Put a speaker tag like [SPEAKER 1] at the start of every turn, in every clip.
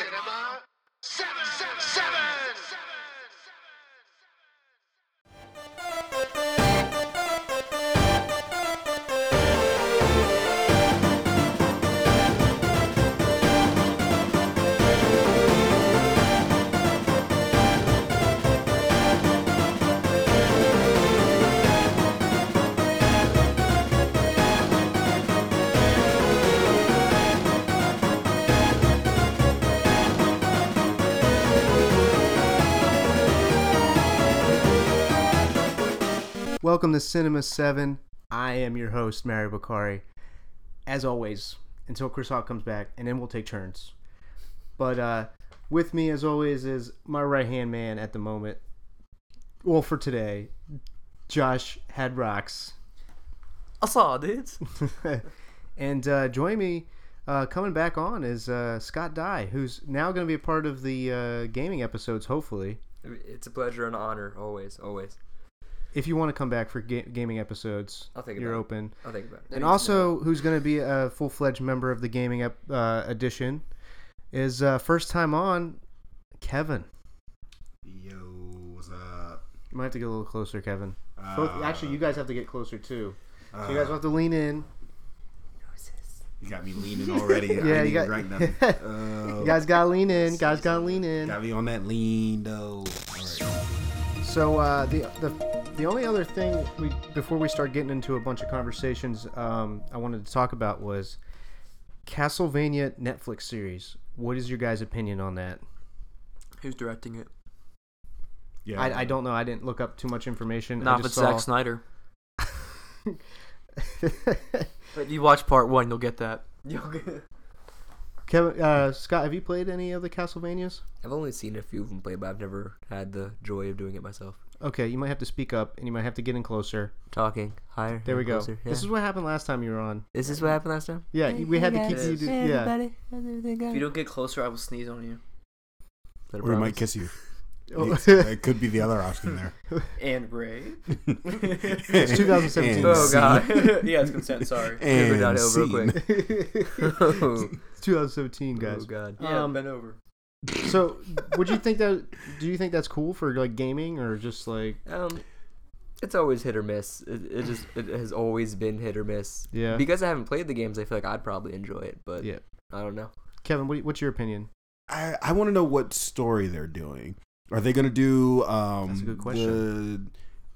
[SPEAKER 1] Cinema seven, seven, seven.
[SPEAKER 2] Welcome to Cinema 7. I am your host, Mario Bakari. As always, until Chris Hawk comes back, and then we'll take turns. But uh, with me, as always, is my right hand man at the moment. Well, for today, Josh had rocks.
[SPEAKER 3] I saw dudes.
[SPEAKER 2] and uh, join me uh, coming back on is uh, Scott Dye, who's now going to be a part of the uh, gaming episodes, hopefully.
[SPEAKER 3] It's a pleasure and honor, always, always.
[SPEAKER 2] If you want to come back for ga- gaming episodes,
[SPEAKER 3] I'll think
[SPEAKER 2] you're
[SPEAKER 3] about it.
[SPEAKER 2] open.
[SPEAKER 3] I'll think about it.
[SPEAKER 2] and also who's going to be a full-fledged member of the gaming ep- uh, edition is uh, first time on kevin
[SPEAKER 4] Yo, what's up?
[SPEAKER 2] you might have to get a little closer kevin
[SPEAKER 4] Uh,
[SPEAKER 2] Both, actually you guys have to get closer too
[SPEAKER 4] uh,
[SPEAKER 2] so you guys will have to lean in
[SPEAKER 4] you got me leaning already. yeah, I
[SPEAKER 2] Yeah,
[SPEAKER 4] ain't
[SPEAKER 2] you
[SPEAKER 4] even
[SPEAKER 2] got-
[SPEAKER 4] drank nothing. Uh,
[SPEAKER 2] you guys gotta lean in guys gotta lean in
[SPEAKER 4] got me on that lean though. All right.
[SPEAKER 2] so uh, the, the the only other thing we before we start getting into a bunch of conversations um, i wanted to talk about was castlevania netflix series what is your guys opinion on that
[SPEAKER 3] who's directing it?
[SPEAKER 4] Yeah,
[SPEAKER 2] I, I don't know i didn't look up too much information I
[SPEAKER 3] Not if
[SPEAKER 2] just
[SPEAKER 3] it's
[SPEAKER 2] saw
[SPEAKER 3] Zack Snyder. But you watch part one, you'll get that. You'll get.
[SPEAKER 2] Kevin, uh, Scott, have you played any of the Castlevanias?
[SPEAKER 3] I've only seen a few of them play, but I've never had the joy of doing it myself.
[SPEAKER 2] Okay, you might have to speak up, and you might have to get in closer.
[SPEAKER 3] Talking higher.
[SPEAKER 2] There we go.
[SPEAKER 3] closer, yeah.
[SPEAKER 2] This is what happened last time you were on.
[SPEAKER 3] Is this what happened last time?
[SPEAKER 2] Yeah, you- we had to keep you. do- Yeah,
[SPEAKER 3] If you don't get closer, I will sneeze on you.
[SPEAKER 4] Or we might kiss you.
[SPEAKER 2] Oh,
[SPEAKER 4] It's- That could be the other option there.
[SPEAKER 5] And rape.
[SPEAKER 4] it's
[SPEAKER 2] 2017.
[SPEAKER 3] Oh, God.
[SPEAKER 5] yeah, it's consent. Sorry.
[SPEAKER 3] Never
[SPEAKER 4] And
[SPEAKER 3] done it over real
[SPEAKER 4] scene.
[SPEAKER 3] quick. oh,
[SPEAKER 2] 2017, guys.
[SPEAKER 3] God.
[SPEAKER 5] Yeah,
[SPEAKER 2] Um,
[SPEAKER 5] bend over.
[SPEAKER 2] So, would you think that? Do you think that's cool for like gaming or just like?
[SPEAKER 3] Um, it's always hit or miss. It, it just it has always been hit or miss.
[SPEAKER 2] Yeah.
[SPEAKER 3] Because I haven't played the games, I feel like I'd probably enjoy it, but
[SPEAKER 2] Yeah,
[SPEAKER 3] I don't know.
[SPEAKER 2] Kevin, what, what's your opinion?
[SPEAKER 4] I, I want to know what story they're doing. Are they going to do um
[SPEAKER 2] That's a good
[SPEAKER 4] The,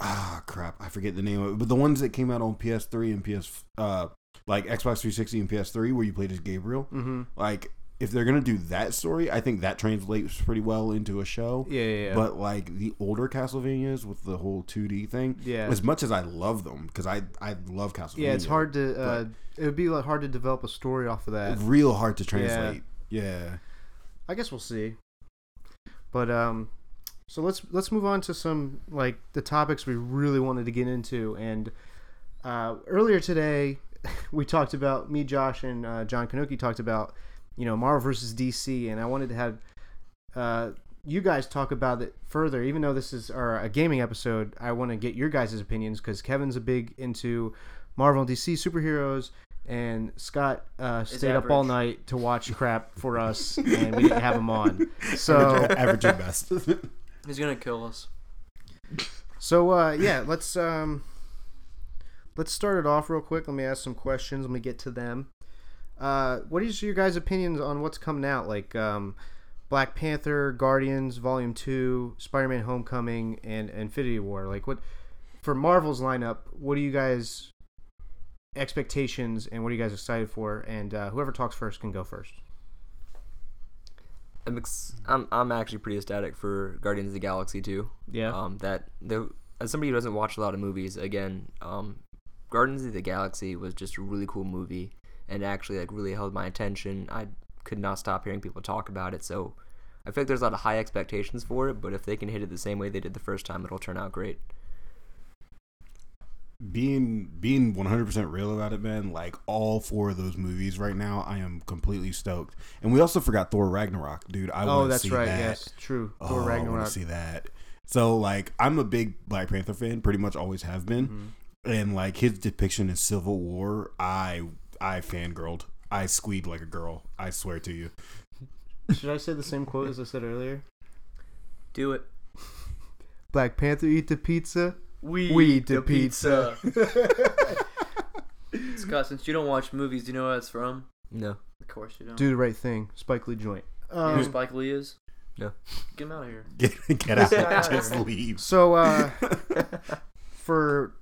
[SPEAKER 4] ah crap, I forget the name of it, but the ones that came out on PS3 and PS uh like Xbox 360 and PS3 where you played as Gabriel.
[SPEAKER 2] Mm-hmm.
[SPEAKER 4] Like if they're going to do that story, I think that translates pretty well into a show.
[SPEAKER 2] Yeah, yeah, yeah.
[SPEAKER 4] But like the older Castlevanias with the whole 2D thing,
[SPEAKER 2] Yeah.
[SPEAKER 4] as much as I love them because I I love Castlevania.
[SPEAKER 2] yeah, it's hard to. Uh, it would be like hard to develop a story off of that.
[SPEAKER 4] real hard to translate. Yeah.
[SPEAKER 2] I guess we'll see. But um, so let's let's move on to some like the topics we really wanted to get into. And uh, earlier today, we talked about me, Josh, and uh, John Kanuki talked about you know Marvel versus DC, and I wanted to have uh, you guys talk about it further. Even though this is our, a gaming episode, I want to get your guys' opinions because Kevin's a big into Marvel and DC superheroes, and Scott uh, stayed up all
[SPEAKER 5] average.
[SPEAKER 2] night to watch crap for us, and we didn't have him on. So,
[SPEAKER 4] average at best.
[SPEAKER 5] He's gonna kill us.
[SPEAKER 2] so uh, yeah, let's um, let's start it off real quick. Let me ask some questions. Let me get to them. Uh, what is your guys' opinions on what's coming out? Like um, Black Panther, Guardians, Volume Two, Spider-Man: Homecoming, and Infinity War. Like what for Marvel's lineup? What are you guys expectations and what are you guys excited for? And uh, whoever talks first can go first.
[SPEAKER 3] I'm ex- I'm I'm actually pretty ecstatic for Guardians of the Galaxy too.
[SPEAKER 2] Yeah.
[SPEAKER 3] Um, that the as somebody who doesn't watch a lot of movies, again, um, Guardians of the Galaxy was just a really cool movie and actually like really held my attention. I could not stop hearing people talk about it, so I feel like there's a lot of high expectations for it. But if they can hit it the same way they did the first time, it'll turn out great.
[SPEAKER 4] being being 100% real about it man like all four of those movies right now i am completely stoked and we also forgot thor ragnarok dude i
[SPEAKER 2] oh,
[SPEAKER 4] want to
[SPEAKER 2] that's
[SPEAKER 4] see
[SPEAKER 2] right.
[SPEAKER 4] that
[SPEAKER 2] Yes, true.
[SPEAKER 4] oh
[SPEAKER 2] Thor
[SPEAKER 4] i want
[SPEAKER 2] Ragnarok.
[SPEAKER 4] to see that so like i'm a big black panther fan pretty much always have been
[SPEAKER 2] Mm-hmm.
[SPEAKER 4] and like his depiction in civil war i i fangirled i squeed like a girl i swear to you
[SPEAKER 2] Should I say the same quote as I said earlier?
[SPEAKER 5] Do it.
[SPEAKER 2] Black Panther eat the pizza.
[SPEAKER 5] We,
[SPEAKER 2] We eat the pizza.
[SPEAKER 5] Scott, since you don't watch movies, do you know where that's from?
[SPEAKER 3] No.
[SPEAKER 5] Of course you don't.
[SPEAKER 2] Do the right thing. Spike Lee joint.
[SPEAKER 5] You know
[SPEAKER 2] Um,
[SPEAKER 5] who Spike Lee is?
[SPEAKER 3] No.
[SPEAKER 5] Get him out of here.
[SPEAKER 4] Get, get out. Just leave.
[SPEAKER 2] So uh, for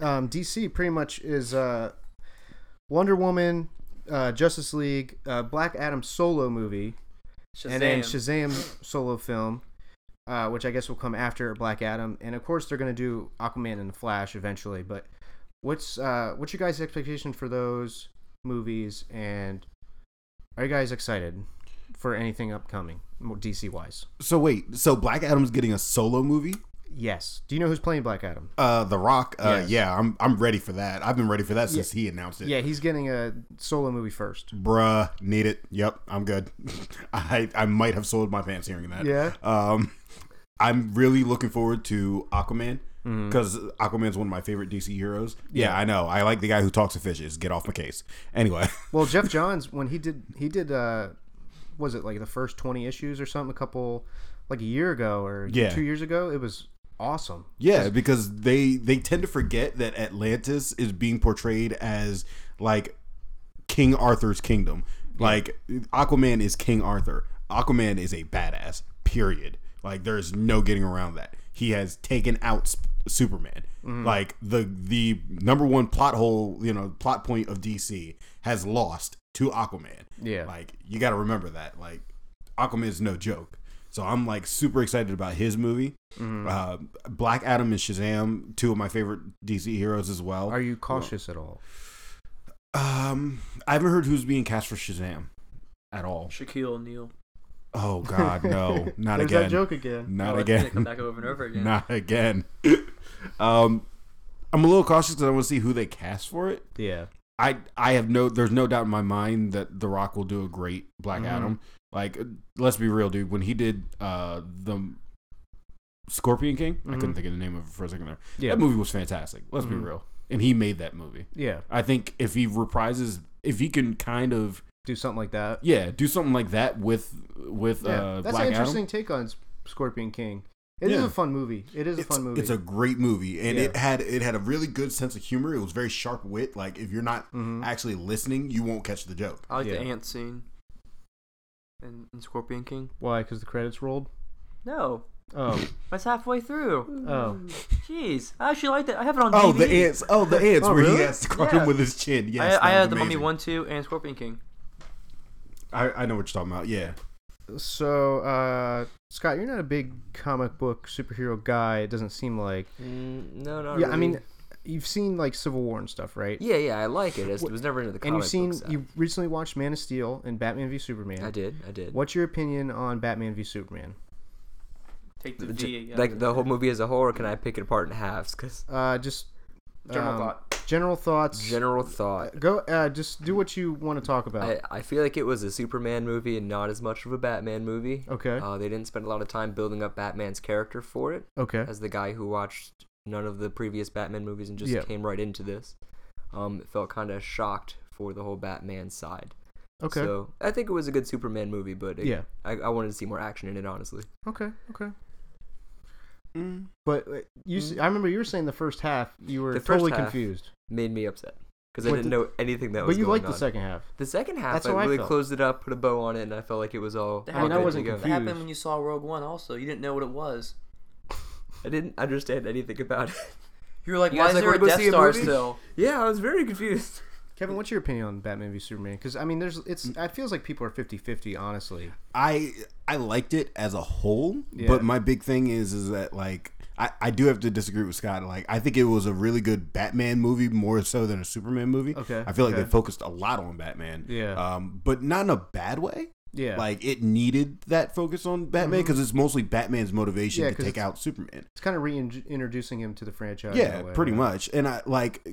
[SPEAKER 2] um, DC, pretty much is uh, Wonder Woman, uh, Justice League, uh, Black Adam solo movie,
[SPEAKER 5] Shazam.
[SPEAKER 2] and then Shazam solo film, uh, which I guess will come after Black Adam, and of course they're gonna do Aquaman and the Flash eventually. But what's uh, what's your guys' expectation for those movies, and are you guys excited for anything upcoming DC wise?
[SPEAKER 4] So wait, so Black Adam's getting a solo movie?
[SPEAKER 2] Yes. Do you know who's playing Black Adam?
[SPEAKER 4] Uh, The Rock. Uh,
[SPEAKER 2] Yes.
[SPEAKER 4] yeah, I'm I'm ready for that. I've been ready for that since he announced it.
[SPEAKER 2] Yeah, he's getting a solo movie first.
[SPEAKER 4] Bruh, need it. Yep, I'm good. I I might have sold my pants hearing that.
[SPEAKER 2] Yeah.
[SPEAKER 4] Um, I'm really looking forward to Aquaman because Aquaman's one of my favorite DC heroes. Yeah, I know. I like the guy who talks to fishes. Get off my case. Anyway,
[SPEAKER 2] Well, Jeff Johns when he did he did uh was it like the first 20 issues or something a couple like a year ago or
[SPEAKER 4] Yeah.
[SPEAKER 2] 2 years ago, it was awesome.
[SPEAKER 4] yeah, because they they tend to forget that Atlantis is being portrayed as like King Arthur's kingdom. Like Aquaman is King Arthur. Aquaman is a badass. Period. Like there is no getting around that. He has taken out Sp- Superman. Like the the number one plot hole, you know, plot point of DC has lost to Aquaman.
[SPEAKER 2] Yeah.
[SPEAKER 4] Like you got to remember that. Like Aquaman is no joke. So I'm like super excited about his movie.
[SPEAKER 2] Mm.
[SPEAKER 4] Uh, Black Adam and Shazam, two of my favorite DC heroes as well.
[SPEAKER 2] Are you cautious at all?
[SPEAKER 4] Um, I haven't heard who's being cast for Shazam at all.
[SPEAKER 5] Shaquille O'Neal.
[SPEAKER 4] Oh God, no, not
[SPEAKER 2] There's
[SPEAKER 4] again,
[SPEAKER 2] that joke again.
[SPEAKER 4] not
[SPEAKER 5] Oh, that's gonna Come
[SPEAKER 4] again,
[SPEAKER 5] back over and over again.
[SPEAKER 4] not again. um, I'm a little cautious because I want to see who they cast for it.
[SPEAKER 2] Yeah.
[SPEAKER 4] I I have no, there's no doubt in my mind that The Rock will do a great Black
[SPEAKER 2] Mm-hmm.
[SPEAKER 4] Adam. Like, let's be real, dude. When he did uh the Scorpion King, I couldn't
[SPEAKER 2] Mhm.
[SPEAKER 4] think of the name of it for a second there.
[SPEAKER 2] Yeah.
[SPEAKER 4] That movie was fantastic. Let's
[SPEAKER 2] Mhm.
[SPEAKER 4] be real, and he made that movie.
[SPEAKER 2] Yeah.
[SPEAKER 4] I think if he reprises, if he can kind of
[SPEAKER 2] Do something like that.
[SPEAKER 4] yeah, do something like that with with
[SPEAKER 2] Yeah.
[SPEAKER 4] uh,
[SPEAKER 2] That's
[SPEAKER 4] Black
[SPEAKER 2] an interesting
[SPEAKER 4] Adam.
[SPEAKER 2] take on S- Scorpion King. It is
[SPEAKER 4] Yeah.
[SPEAKER 2] a fun movie. It is a
[SPEAKER 4] It's,
[SPEAKER 2] fun movie.
[SPEAKER 4] it's a great movie, and
[SPEAKER 2] Yeah.
[SPEAKER 4] it had it had a really good sense of humor. It was very sharp wit. Like if you're not
[SPEAKER 2] Mhm.
[SPEAKER 4] actually listening, you won't catch the joke.
[SPEAKER 5] I like
[SPEAKER 2] Yeah.
[SPEAKER 5] the ant scene. In, in Scorpion King.
[SPEAKER 2] Why? Cuz the credits rolled.
[SPEAKER 5] No,
[SPEAKER 2] Oh.
[SPEAKER 5] that's halfway through.
[SPEAKER 2] Oh.
[SPEAKER 5] Jeez, I actually like that. I have it on
[SPEAKER 4] Oh,
[SPEAKER 5] DVD.
[SPEAKER 4] the ants! Oh, the ants!
[SPEAKER 2] Oh,
[SPEAKER 4] where he
[SPEAKER 2] really?
[SPEAKER 4] has to crush
[SPEAKER 5] Yeah.
[SPEAKER 4] him with his chin. Yes, that
[SPEAKER 5] I, I
[SPEAKER 4] was
[SPEAKER 5] had the Mummy
[SPEAKER 4] amazing.
[SPEAKER 5] One, Two, and Scorpion King.
[SPEAKER 4] I, I know what you're talking about. Yeah,
[SPEAKER 2] So, uh Scott, you're not a big comic book superhero guy. It doesn't seem like.
[SPEAKER 3] Mm, no, not
[SPEAKER 2] yeah, I
[SPEAKER 3] really.
[SPEAKER 2] mean, you've seen like Civil War and stuff, right?
[SPEAKER 3] Yeah, yeah, I like it. I just was never into the comic
[SPEAKER 2] and you've seen
[SPEAKER 3] book side.
[SPEAKER 2] you recently watched Man of Steel and Batman v Superman.
[SPEAKER 3] I did, I did.
[SPEAKER 2] What's your opinion on Batman v Superman?
[SPEAKER 5] Take the
[SPEAKER 3] The-
[SPEAKER 5] V. out
[SPEAKER 3] like
[SPEAKER 5] of
[SPEAKER 3] the
[SPEAKER 5] it.
[SPEAKER 3] whole movie as a whole, or can I pick it apart in halves? Because
[SPEAKER 2] Uh, just
[SPEAKER 5] General
[SPEAKER 2] um,
[SPEAKER 5] thought.
[SPEAKER 2] General thoughts.
[SPEAKER 3] general thought,
[SPEAKER 2] Go. Uh, just do what you want to talk about.
[SPEAKER 3] I, I feel like it was a Superman movie and not as much of a Batman movie.
[SPEAKER 2] okay.
[SPEAKER 3] Uh, they didn't spend a lot of time building up Batman's character for it,
[SPEAKER 2] okay.
[SPEAKER 3] as the guy who watched none of the previous Batman movies and just
[SPEAKER 2] Yeah.
[SPEAKER 3] came right into this. Um, it felt kind of shocked for the whole Batman side.
[SPEAKER 2] Okay.
[SPEAKER 3] So I think it was a good Superman movie, but it,
[SPEAKER 2] Yeah.
[SPEAKER 3] I, I wanted to see more action in it, honestly.
[SPEAKER 2] okay. Okay.
[SPEAKER 4] Mm.
[SPEAKER 2] But uh, you, s I I remember you were saying the first half you were
[SPEAKER 3] Mm. The first
[SPEAKER 2] totally
[SPEAKER 3] half,
[SPEAKER 2] confused,
[SPEAKER 3] Made me upset because I
[SPEAKER 2] What
[SPEAKER 3] didn't
[SPEAKER 2] did-
[SPEAKER 3] know anything that
[SPEAKER 2] but
[SPEAKER 3] was
[SPEAKER 2] you
[SPEAKER 3] going
[SPEAKER 2] liked
[SPEAKER 3] on.
[SPEAKER 2] the second half.
[SPEAKER 3] The second half,
[SPEAKER 2] That's
[SPEAKER 3] I
[SPEAKER 2] how I
[SPEAKER 3] really
[SPEAKER 2] felt.
[SPEAKER 3] closed it up, put a bow on it, and I felt like it was all.
[SPEAKER 5] That
[SPEAKER 2] I mean, I
[SPEAKER 3] all good to
[SPEAKER 2] wasn't
[SPEAKER 3] go.
[SPEAKER 5] That happened
[SPEAKER 2] confused.
[SPEAKER 5] when you saw Rogue One. Also, you didn't know what it was.
[SPEAKER 3] I didn't understand anything about it.
[SPEAKER 5] You were like,
[SPEAKER 3] You
[SPEAKER 5] "Why
[SPEAKER 3] guys
[SPEAKER 5] is
[SPEAKER 3] like,
[SPEAKER 5] there a
[SPEAKER 3] wanna go
[SPEAKER 5] Death
[SPEAKER 3] see a
[SPEAKER 5] Star
[SPEAKER 3] movie?
[SPEAKER 5] still?"
[SPEAKER 3] yeah, I was very confused.
[SPEAKER 2] Kevin, what's your opinion on Batman v Superman? Because I mean, there's it's.
[SPEAKER 4] Mm.
[SPEAKER 2] It feels like people are 50-50, honestly.
[SPEAKER 4] I I liked it as a whole,
[SPEAKER 2] Yeah.
[SPEAKER 4] but my big thing is is that like I, I do have to disagree with Scott. Like I think it was a really good Batman movie more so than a Superman movie.
[SPEAKER 2] Okay,
[SPEAKER 4] I feel like
[SPEAKER 2] okay.
[SPEAKER 4] they focused a lot on Batman.
[SPEAKER 2] Yeah.
[SPEAKER 4] Um, but not in a bad way.
[SPEAKER 2] Yeah.
[SPEAKER 4] Like it needed that focus on Batman because it's mostly Batman's motivation
[SPEAKER 2] Yeah,
[SPEAKER 4] to
[SPEAKER 2] 'cause
[SPEAKER 4] take
[SPEAKER 2] it's-
[SPEAKER 4] out Superman.
[SPEAKER 2] It's kind of reintroducing him to the franchise. in
[SPEAKER 4] Yeah,
[SPEAKER 2] a way,
[SPEAKER 4] pretty
[SPEAKER 2] right?
[SPEAKER 4] much. And I like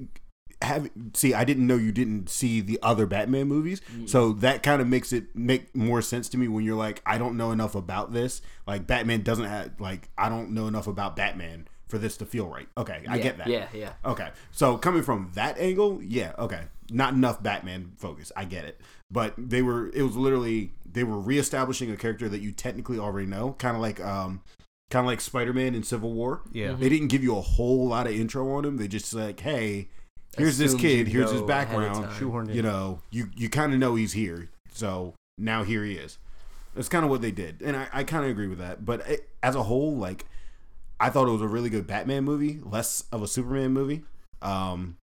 [SPEAKER 4] have see. I didn't know you didn't see the other Batman movies,
[SPEAKER 2] Mm.
[SPEAKER 4] so that kind of makes it make more sense to me when you're like, I don't know enough about this. Like Batman doesn't have like I don't know enough about Batman for this to feel right. Okay, I get that.
[SPEAKER 3] Yeah, yeah.
[SPEAKER 4] Okay, so coming from that angle, yeah. Okay, not enough Batman focus. I get it, but they were. It was literally they were reestablishing a character that you technically already know, kind of like um, kind of like Spider Man in Civil War.
[SPEAKER 2] Yeah.
[SPEAKER 3] Mm-hmm.
[SPEAKER 4] They didn't give you a whole lot of intro on him. They just like, hey, here's this
[SPEAKER 3] Assumed
[SPEAKER 4] kid,
[SPEAKER 3] you
[SPEAKER 4] here's
[SPEAKER 3] know
[SPEAKER 4] his
[SPEAKER 3] ahead of
[SPEAKER 4] background.
[SPEAKER 3] time.
[SPEAKER 2] Shoehorned in.
[SPEAKER 4] You know, you you kind of know he's here, so now here he is. That's kind of what they did, and I, I kind of agree with that. But it, as a whole, like, I thought it was a really good Batman movie, less of a Superman movie. Um,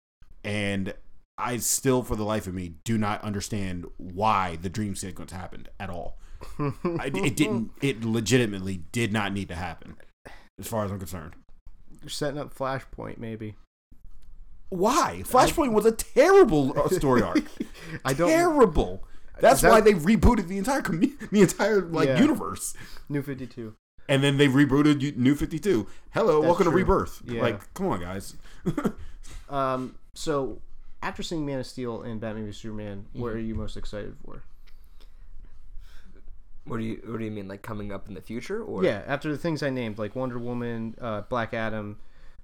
[SPEAKER 4] and I still, for the life of me, do not understand why the dream sequence happened at all. I, it didn't. It legitimately did not need to happen, as far as I'm concerned.
[SPEAKER 2] You're setting up Flashpoint, maybe.
[SPEAKER 4] Why? Flashpoint was a terrible uh, story arc.
[SPEAKER 2] I don't.
[SPEAKER 4] terrible. That's
[SPEAKER 2] Is that-
[SPEAKER 4] why they rebooted the entire commu- the entire like
[SPEAKER 2] Yeah.
[SPEAKER 4] universe,
[SPEAKER 2] New Fifty Two.
[SPEAKER 4] and then they rebooted U- New Fifty Two. Hello,
[SPEAKER 2] That's
[SPEAKER 4] welcome to
[SPEAKER 2] true.
[SPEAKER 4] Rebirth.
[SPEAKER 2] Yeah.
[SPEAKER 4] Like, come on, guys.
[SPEAKER 2] Um, so after seeing Man of Steel and Batman v Superman, what are
[SPEAKER 3] Mm-hmm.
[SPEAKER 2] you most excited for?
[SPEAKER 3] What do you What do you mean, like coming up in the future? Or
[SPEAKER 2] Yeah, after the things I named, like Wonder Woman, uh, Black Adam,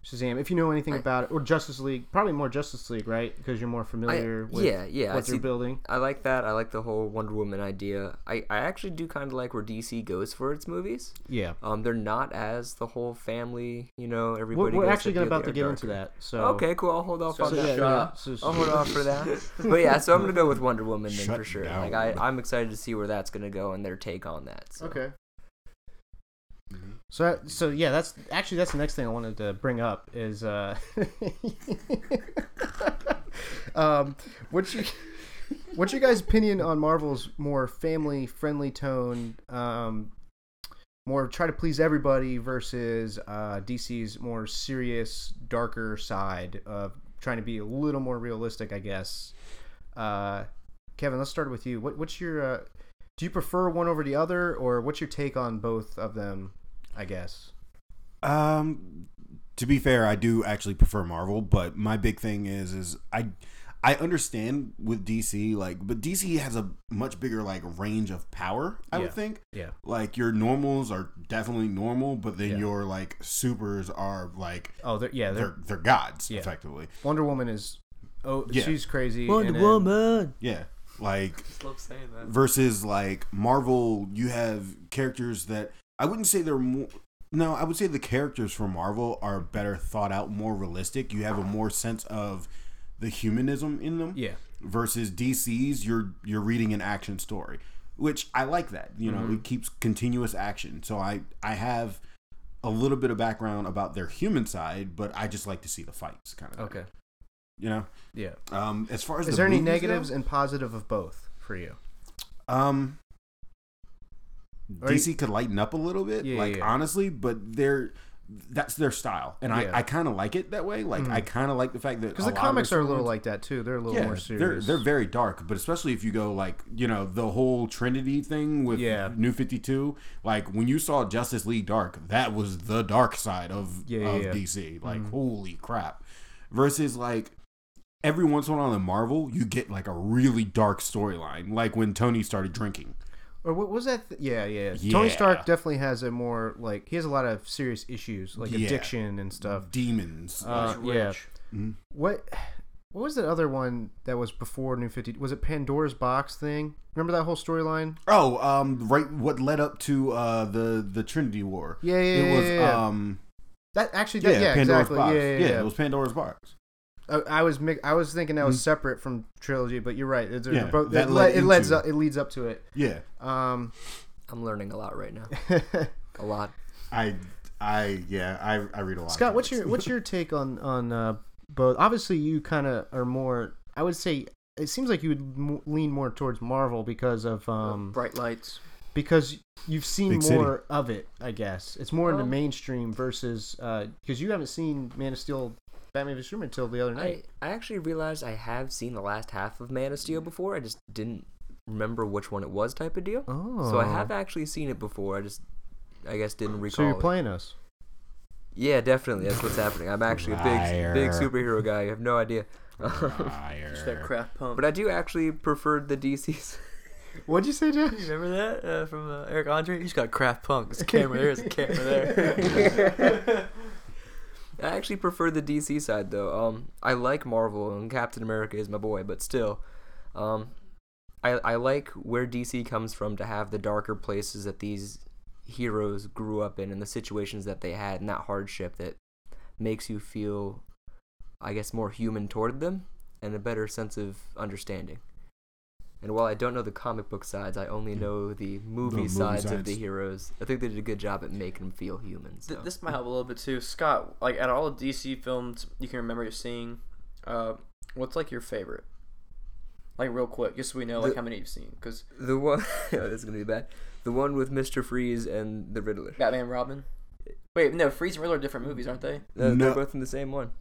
[SPEAKER 2] Shazam. If you know anything about it, or Justice League, probably more Justice League, right? Because you're more
[SPEAKER 3] I,
[SPEAKER 2] familiar with
[SPEAKER 3] yeah, yeah. I
[SPEAKER 2] what
[SPEAKER 3] see-
[SPEAKER 2] they're building.
[SPEAKER 3] I like that. I like the whole Wonder Woman idea. I, I actually do kind of like where DC goes for its movies.
[SPEAKER 2] Yeah,
[SPEAKER 3] Um, they're not as the whole family, you know,
[SPEAKER 2] we're,
[SPEAKER 3] everybody.
[SPEAKER 2] we're
[SPEAKER 3] goes
[SPEAKER 2] actually
[SPEAKER 3] to
[SPEAKER 2] gonna
[SPEAKER 3] the
[SPEAKER 2] about to
[SPEAKER 3] other
[SPEAKER 2] get
[SPEAKER 3] dark.
[SPEAKER 2] into that. So
[SPEAKER 3] Okay, cool. I'll hold off on
[SPEAKER 2] So,
[SPEAKER 3] that.
[SPEAKER 2] yeah, yeah, so-
[SPEAKER 3] I'll hold off for that. But yeah, so I'm gonna go with Wonder Woman then
[SPEAKER 4] Shut
[SPEAKER 3] for sure.
[SPEAKER 4] down.
[SPEAKER 3] Like I, I'm excited to see where that's gonna go and their take on that. So.
[SPEAKER 2] Okay. So so yeah, that's actually that's the next thing I wanted to bring up is uh um what's your what's your guys' opinion on Marvel's more family friendly tone, um more try to please everybody versus uh DC's more serious, darker side of trying to be a little more realistic, I guess. Uh Kevin, let's start with you. What what's your uh, do you prefer one over the other or what's your take on both of them i guess
[SPEAKER 4] Um, to be fair, I do actually prefer Marvel, but my big thing is is I I understand with DC like, but DC has a much bigger like range of power. I
[SPEAKER 2] Yeah.
[SPEAKER 4] would think.
[SPEAKER 2] yeah
[SPEAKER 4] Like your normals are definitely normal, but then
[SPEAKER 2] Yeah.
[SPEAKER 4] your like supers are like
[SPEAKER 2] oh they're, yeah
[SPEAKER 4] they're
[SPEAKER 2] they're,
[SPEAKER 4] they're gods
[SPEAKER 2] Yeah.
[SPEAKER 4] effectively.
[SPEAKER 2] wonder woman is oh
[SPEAKER 4] Yeah.
[SPEAKER 2] she's crazy
[SPEAKER 3] Wonder
[SPEAKER 2] and then-
[SPEAKER 3] Woman.
[SPEAKER 4] Yeah, like
[SPEAKER 5] Love saying that.
[SPEAKER 4] versus like Marvel, you have characters that I wouldn't say they're more. No, I would say the characters from Marvel are better thought out, more realistic. You have a more sense of the humanism in them.
[SPEAKER 2] yeah
[SPEAKER 4] Versus DC's, you're you're reading an action story, which I like that. You
[SPEAKER 2] Mm-hmm.
[SPEAKER 4] know, it keeps continuous action. So I I have a little bit of background about their human side, but I just like to see the fights kind of.
[SPEAKER 2] okay
[SPEAKER 4] You know,
[SPEAKER 2] yeah
[SPEAKER 4] um, as far as
[SPEAKER 2] is
[SPEAKER 4] the
[SPEAKER 2] there any
[SPEAKER 4] movies go-
[SPEAKER 2] negatives and positive of both for you
[SPEAKER 4] Um,
[SPEAKER 2] Or
[SPEAKER 4] DC could lighten up a little bit,
[SPEAKER 2] Yeah,
[SPEAKER 4] like
[SPEAKER 2] yeah, yeah.
[SPEAKER 4] honestly, but they're that's their style, and
[SPEAKER 2] Yeah. Hmm.
[SPEAKER 4] I, I kind of like it that way. Like I kind of like the fact that
[SPEAKER 2] because
[SPEAKER 4] a
[SPEAKER 2] the
[SPEAKER 4] lot of
[SPEAKER 2] comics are a little
[SPEAKER 4] storylines-
[SPEAKER 2] like that too they're a little
[SPEAKER 4] yeah,
[SPEAKER 2] more
[SPEAKER 4] they're
[SPEAKER 2] serious
[SPEAKER 4] they're very dark, but especially if you go like you know the whole Trinity thing with
[SPEAKER 2] Yeah.
[SPEAKER 4] New Fifty Two, like when you saw Justice League Dark, that was the dark side of
[SPEAKER 2] Yeah, yeah, Mm-hmm.
[SPEAKER 4] of
[SPEAKER 2] yeah.
[SPEAKER 4] DC. Like holy crap, versus like every once in a while in Marvel, you get like a really dark storyline, like when Tony started drinking.
[SPEAKER 2] or what was that th- yeah, yeah tony stark
[SPEAKER 4] Yeah.
[SPEAKER 2] definitely has a more like he has a lot of serious issues like
[SPEAKER 4] Yeah.
[SPEAKER 2] addiction and stuff
[SPEAKER 4] demons.
[SPEAKER 2] Uh,
[SPEAKER 5] He's
[SPEAKER 2] yeah.
[SPEAKER 5] rich.
[SPEAKER 4] Mm-hmm.
[SPEAKER 2] What what was that other one that was before New Fifty? Was it Pandora's Box thing? Remember that whole storyline?
[SPEAKER 4] oh, um, right. What led up to uh the the Trinity War?
[SPEAKER 2] Yeah, yeah,
[SPEAKER 4] it was
[SPEAKER 2] yeah, yeah, yeah.
[SPEAKER 4] um
[SPEAKER 2] That actually,
[SPEAKER 4] yeah,
[SPEAKER 2] that, yeah,
[SPEAKER 4] Pandora's
[SPEAKER 2] exactly.
[SPEAKER 4] box.
[SPEAKER 2] Yeah, yeah, yeah.
[SPEAKER 4] it was Pandora's box.
[SPEAKER 2] Uh, I, I was mi- I was thinking that was separate from trilogy, but you're right. It's- they're
[SPEAKER 4] Yeah,
[SPEAKER 2] both-
[SPEAKER 4] that
[SPEAKER 2] it,
[SPEAKER 4] led
[SPEAKER 2] Mm. le- it leads
[SPEAKER 4] into-
[SPEAKER 2] up, it leads up to it.
[SPEAKER 4] Yeah,
[SPEAKER 2] Um,
[SPEAKER 3] I'm learning a lot right now. A lot.
[SPEAKER 4] I I yeah I I read a lot.
[SPEAKER 2] Scott, what's your what's your take on on uh, both? Obviously, you kind of are more. I would say it seems like you would m- lean more towards Marvel because of um,
[SPEAKER 5] Bright lights.
[SPEAKER 2] because you've seen
[SPEAKER 4] Big city.
[SPEAKER 2] more of it, I guess. It's more in the
[SPEAKER 3] Um,
[SPEAKER 2] mainstream versus because you haven't seen Man of Steel, Batman v Superman until the other
[SPEAKER 3] I,
[SPEAKER 2] night.
[SPEAKER 3] I actually realized I have seen the last half of Man of
[SPEAKER 2] Mm.
[SPEAKER 3] Steel before. I just didn't remember which one it was, type of deal.
[SPEAKER 2] oh,
[SPEAKER 3] So I have actually seen it before. I just, I guess, didn't
[SPEAKER 2] So
[SPEAKER 3] recall.
[SPEAKER 2] you're
[SPEAKER 3] it.
[SPEAKER 2] playing us.
[SPEAKER 3] Yeah, definitely. That's what's happening. I'm actually a
[SPEAKER 4] Liar.
[SPEAKER 3] big, big superhero guy. You have no idea.
[SPEAKER 5] Just that
[SPEAKER 4] Liar.
[SPEAKER 5] crap pump.
[SPEAKER 3] But I do actually prefer the DC's.
[SPEAKER 2] What'd you say, Jeff?
[SPEAKER 5] You remember that uh, from uh, Eric Andre? He's got craft punk. There's a camera there. There's a camera there.
[SPEAKER 3] I actually prefer the DC side though. Um, I like Marvel and Captain America is my boy, but still, um, I I like where DC comes from to have the darker places that these heroes grew up in and the situations that they had and that hardship that makes you feel, I guess, more human toward them and a better sense of understanding. And while I don't know the comic book sides, I only know the movie
[SPEAKER 4] movie
[SPEAKER 3] sides of
[SPEAKER 4] sides.
[SPEAKER 3] the heroes. I think they did a good job at making them feel human. So.
[SPEAKER 6] Th- this might help a little bit too, Scott. Like out of all the DC films you can remember seeing, uh, what's like your favorite? Like real quick, just so we know like
[SPEAKER 3] The-
[SPEAKER 6] how many you've seen, because
[SPEAKER 3] The one oh, this is gonna be bad. The one with Mister Freeze and the Riddler.
[SPEAKER 6] Batman, Robin. Wait, no, Freeze and Riddler are different movies, aren't they?
[SPEAKER 3] No,
[SPEAKER 4] No.
[SPEAKER 3] They're both in the same one.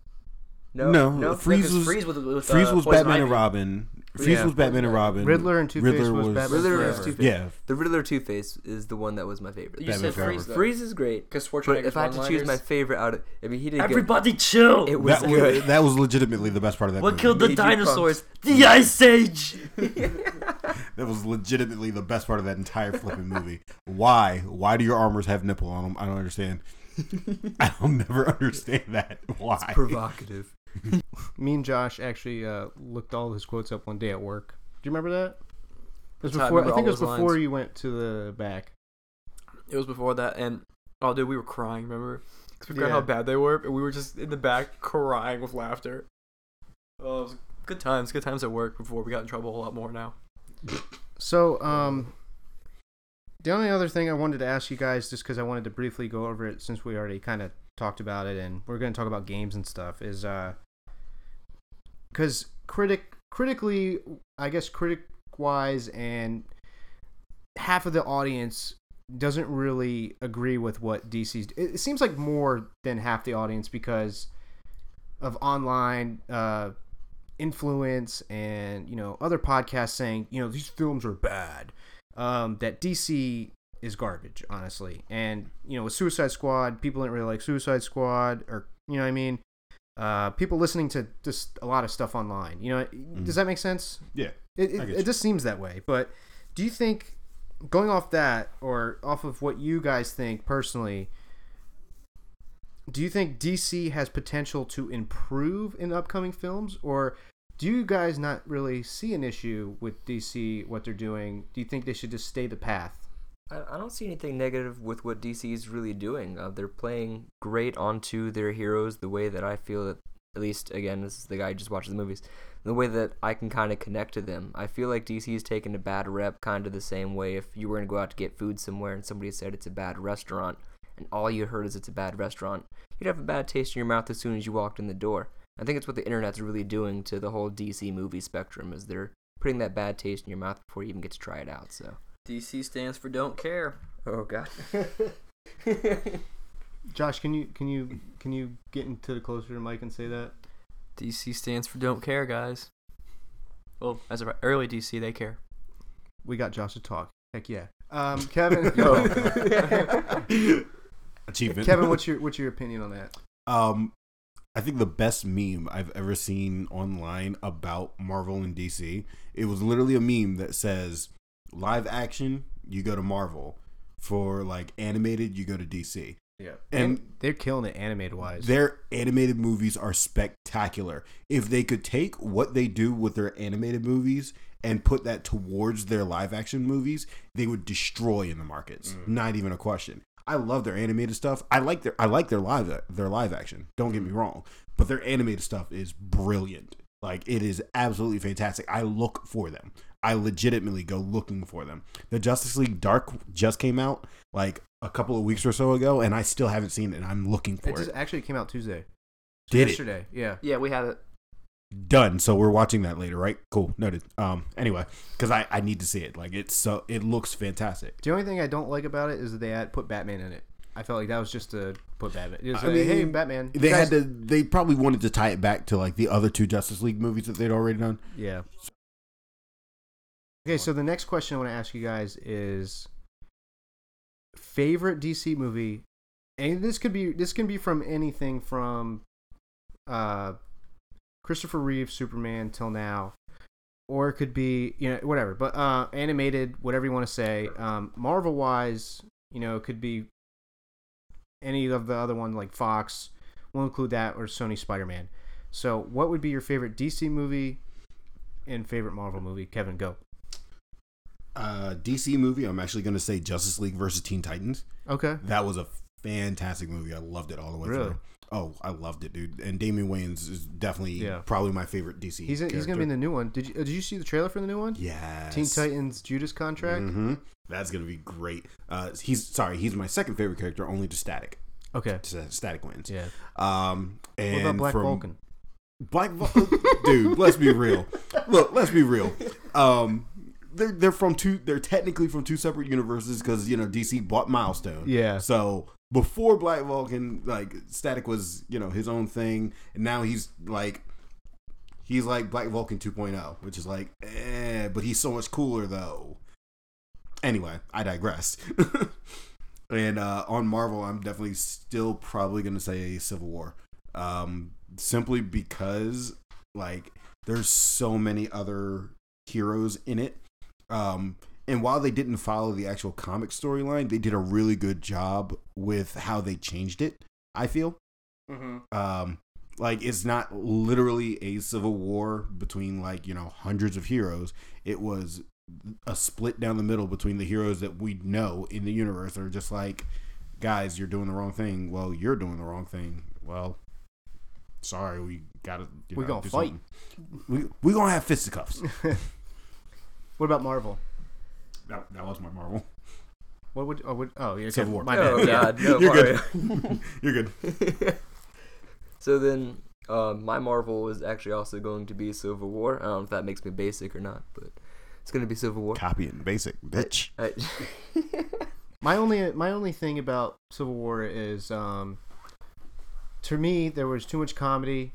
[SPEAKER 4] No, Freeze
[SPEAKER 6] 'cause
[SPEAKER 4] was
[SPEAKER 6] Freeze with, with,
[SPEAKER 4] Freeze
[SPEAKER 6] uh,
[SPEAKER 4] was
[SPEAKER 6] Poison
[SPEAKER 4] Batman and
[SPEAKER 6] Ivy.
[SPEAKER 4] Robin. Freeze
[SPEAKER 3] Yeah.
[SPEAKER 4] was Batman and Robin.
[SPEAKER 2] Riddler and Two Face
[SPEAKER 4] Riddler
[SPEAKER 2] was,
[SPEAKER 4] was-
[SPEAKER 2] Batman
[SPEAKER 3] Riddler
[SPEAKER 2] Forever.
[SPEAKER 3] is Two Face.
[SPEAKER 4] Yeah,
[SPEAKER 3] The Riddler Two Face is the one that was my favorite.
[SPEAKER 6] You
[SPEAKER 4] Batman
[SPEAKER 6] said
[SPEAKER 4] Forever.
[SPEAKER 6] Freeze though,
[SPEAKER 3] Freeze is great,
[SPEAKER 6] because
[SPEAKER 3] but
[SPEAKER 6] Schwarzenegger's
[SPEAKER 3] if I had to choose my
[SPEAKER 6] one-liners-
[SPEAKER 3] favorite out, of, I mean he did good.
[SPEAKER 6] everybody chill.
[SPEAKER 3] It was
[SPEAKER 4] that was,
[SPEAKER 3] good.
[SPEAKER 4] that was legitimately the best part of that.
[SPEAKER 6] what
[SPEAKER 4] movie.
[SPEAKER 6] killed the
[SPEAKER 3] Major
[SPEAKER 6] dinosaurs? The Ice Age.
[SPEAKER 4] That was legitimately the best part of that entire flipping movie. Why? Why do your armors have nipple on them? I don't understand. I'll never understand that. Why?
[SPEAKER 3] Provocative.
[SPEAKER 2] Me and Josh actually uh, looked all his quotes up one day at work. Do you remember that? It was
[SPEAKER 5] I
[SPEAKER 2] before. I,
[SPEAKER 5] remember
[SPEAKER 2] think it
[SPEAKER 5] all
[SPEAKER 2] was
[SPEAKER 5] those
[SPEAKER 2] before
[SPEAKER 5] lines.
[SPEAKER 2] you went to the back.
[SPEAKER 5] It was before that, and oh, dude, we were crying. Remember? Because we forgot
[SPEAKER 2] Yeah.
[SPEAKER 5] how bad they were, and we were just in the back crying with laughter. Oh, it was good times. Good times at work before we got in trouble a lot more. Now,
[SPEAKER 2] So, um, the only other thing I wanted to ask you guys, just because I wanted to briefly go over it since we already kind of talked about it, and we're going to talk about games and stuff, is because critic critically, I guess critic wise, and half of the audience doesn't really agree with what DC's. It, it seems like more than half the audience because of online. Uh, influence and you know other podcasts saying you know these films are bad um that dc is garbage honestly and you know with suicide squad people didn't really like suicide squad or you know what i mean uh people listening to just a lot of stuff online you know does that make sense
[SPEAKER 4] Yeah.
[SPEAKER 2] it,
[SPEAKER 4] I
[SPEAKER 2] it,
[SPEAKER 4] get
[SPEAKER 2] it
[SPEAKER 4] you.
[SPEAKER 2] just seems that way but do you think going off that or off of what you guys think personally do you think dc has potential to improve in upcoming films or do you guys not really see an issue with dc what they're doing do you think they should just stay the path
[SPEAKER 3] I, I don't see anything negative with what DC is really doing. Uh, they're playing great onto their heroes the way that I feel that, at least, again, this is the guy who just watches the movies, the way that I can kind of connect to them. I feel like DC is taking a bad rep kind of the same way if you were going to go out to get food somewhere and somebody said it's a bad restaurant and all you heard is it's a bad restaurant, you'd have a bad taste in your mouth as soon as you walked in the door. I think it's what the internet's really doing to the whole DC movie spectrum is they're putting that bad taste in your mouth before you even get to try it out, so.
[SPEAKER 6] DC stands for Don't Care.
[SPEAKER 3] Oh god.
[SPEAKER 2] josh can you can you can you get into the closer to the mic and say that
[SPEAKER 5] DC stands for Don't Care, guys. Well, as of early DC, they care.
[SPEAKER 2] we got josh to talk heck yeah um kevin
[SPEAKER 4] Achievement.
[SPEAKER 2] kevin what's your what's your opinion on that
[SPEAKER 4] Um, I think the best meme I've ever seen online about Marvel and DC. It was literally a meme that says, "Live action, you go to Marvel. For like animated, you go to DC."
[SPEAKER 2] yeah
[SPEAKER 4] And-
[SPEAKER 2] they're killing it animated wise
[SPEAKER 4] Their animated movies are spectacular. If they could take what they do with their animated movies and put that towards their live action movies, they would destroy in the markets.
[SPEAKER 2] Mm.
[SPEAKER 4] Not even a question. I love their animated stuff. I like their I like their live their live action. Don't get me wrong, but their animated stuff is brilliant. Like it is absolutely fantastic. I look for them. I legitimately go looking for them. The Justice League Dark just came out like a couple of weeks or so ago, and I still haven't seen it. And I'm looking for
[SPEAKER 2] it
[SPEAKER 4] it.
[SPEAKER 2] just actually came out tuesday
[SPEAKER 4] Did it
[SPEAKER 2] yesterday yeah
[SPEAKER 6] Yeah, we had it.
[SPEAKER 4] done? So we're watching that later, right? Cool, noted. Um, anyway, because I I need to see it. Like it's so it looks fantastic.
[SPEAKER 2] The only thing I don't like about it is that they had put Batman in it. I felt like that was just to put Batman. It was
[SPEAKER 4] I
[SPEAKER 2] like,
[SPEAKER 4] mean,
[SPEAKER 2] hey, Batman.
[SPEAKER 4] They
[SPEAKER 2] Guys-
[SPEAKER 4] had to. They probably wanted to tie it back to like the other two Justice League movies that they'd already done.
[SPEAKER 2] Yeah. Okay, so the next question I want to ask you guys is favorite DC movie, and this could be this can be from anything from uh, Christopher Reeve Superman till now, or it could be you know whatever, but uh, animated whatever you want to say. Um, Marvel wise, you know, it could be any of the other one like Fox We'll include that or Sony Spider Man. So, what would be your favorite DC movie and favorite Marvel movie? Kevin, go.
[SPEAKER 4] Uh, DC movie. I'm actually going to say Justice League versus Teen Titans.
[SPEAKER 2] Okay.
[SPEAKER 4] That was a fantastic movie. I loved it all the way
[SPEAKER 2] Really?
[SPEAKER 4] through. Oh, I loved it, dude. And Damian Wayans is definitely
[SPEAKER 2] Yeah.
[SPEAKER 4] probably my favorite DC.
[SPEAKER 2] He's he's gonna be in the new one. Did you did you see the trailer for the new one?
[SPEAKER 4] yes.
[SPEAKER 2] Teen Titans Judas Contract.
[SPEAKER 4] hmm That's gonna be great. Uh, he's sorry. He's my second favorite character, only to Static.
[SPEAKER 2] Okay.
[SPEAKER 4] To Static wins.
[SPEAKER 2] Yeah.
[SPEAKER 4] Um, Mm-hmm. and
[SPEAKER 2] What about Black
[SPEAKER 4] from
[SPEAKER 2] Vulcan?
[SPEAKER 4] Black Vulcan, dude. Let's be real. Look, let's be real. Um, they're they're from two. They're technically from two separate universes because you know DC bought Milestone.
[SPEAKER 2] Yeah.
[SPEAKER 4] So before Black Vulcan, like Static was you know his own thing, and now he's like. He's like Black Vulcan 2.0, which is like, eh, but he's so much cooler though. Anyway, I digress. and uh, on Marvel, I'm definitely still probably going to say Civil War um, simply because like there's so many other heroes in it. Um, and while they didn't follow the actual comic storyline, they did a really good job with how they changed it. I feel
[SPEAKER 6] Mm-hmm.
[SPEAKER 4] um, like it's not literally a civil war between like you know hundreds of heroes. It was a split down the middle between the heroes that we know in the universe are just like, guys, you're doing the wrong thing. Well, you're doing the wrong thing. Well, sorry, we gotta. You
[SPEAKER 2] We
[SPEAKER 4] know,
[SPEAKER 2] gonna
[SPEAKER 4] do
[SPEAKER 2] fight.
[SPEAKER 4] something. We we gonna have fisticuffs.
[SPEAKER 2] What about Marvel?
[SPEAKER 4] that, that was my Marvel.
[SPEAKER 2] What would oh, would, oh yeah,
[SPEAKER 4] Civil
[SPEAKER 2] okay,
[SPEAKER 4] War.
[SPEAKER 2] My bad.
[SPEAKER 3] Oh God, no,
[SPEAKER 4] You're
[SPEAKER 3] Mario.
[SPEAKER 4] good. you're good.
[SPEAKER 3] so then, uh, my Marvel was actually also going to be Civil War. I don't know if that makes me basic or not, but it's going to be Civil War.
[SPEAKER 4] Copy it in basic, bitch.
[SPEAKER 3] I-
[SPEAKER 2] My only my only thing about Civil War is um, to me there was too much comedy,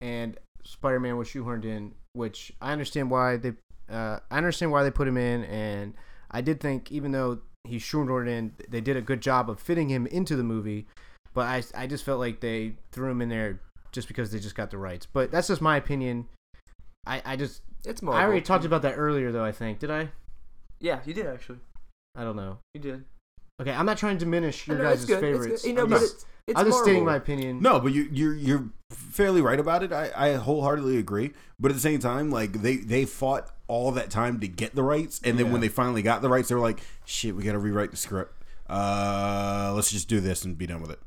[SPEAKER 2] and Spider Man was shoehorned in, which I understand why they uh, I understand why they put him in, and I did think even though he shoehorned in, they did a good job of fitting him into the movie, but I I just felt like they threw him in there just because they just got the rights. But that's just my opinion. I, I just
[SPEAKER 3] it's Marvel.
[SPEAKER 2] I already talked about that earlier though. I think did I?
[SPEAKER 5] Yeah, you did actually.
[SPEAKER 2] I don't know.
[SPEAKER 5] You did.
[SPEAKER 2] Okay, I'm not trying to diminish your
[SPEAKER 3] No,
[SPEAKER 2] guys'
[SPEAKER 3] it's good, it's
[SPEAKER 2] favorites.
[SPEAKER 3] good. You know,
[SPEAKER 2] I'm
[SPEAKER 3] but
[SPEAKER 2] just,
[SPEAKER 3] it's, it's
[SPEAKER 2] I'm just stating my
[SPEAKER 3] Marvel.
[SPEAKER 2] opinion.
[SPEAKER 4] No, but you you're you're fairly right about it. I, I wholeheartedly agree. But at the same time, like they they fought all that time to get the rights, and then when
[SPEAKER 2] Yeah.
[SPEAKER 4] they finally got the rights, they were like, "Shit, we got to rewrite the script. Uh, let's just do this and be done with it."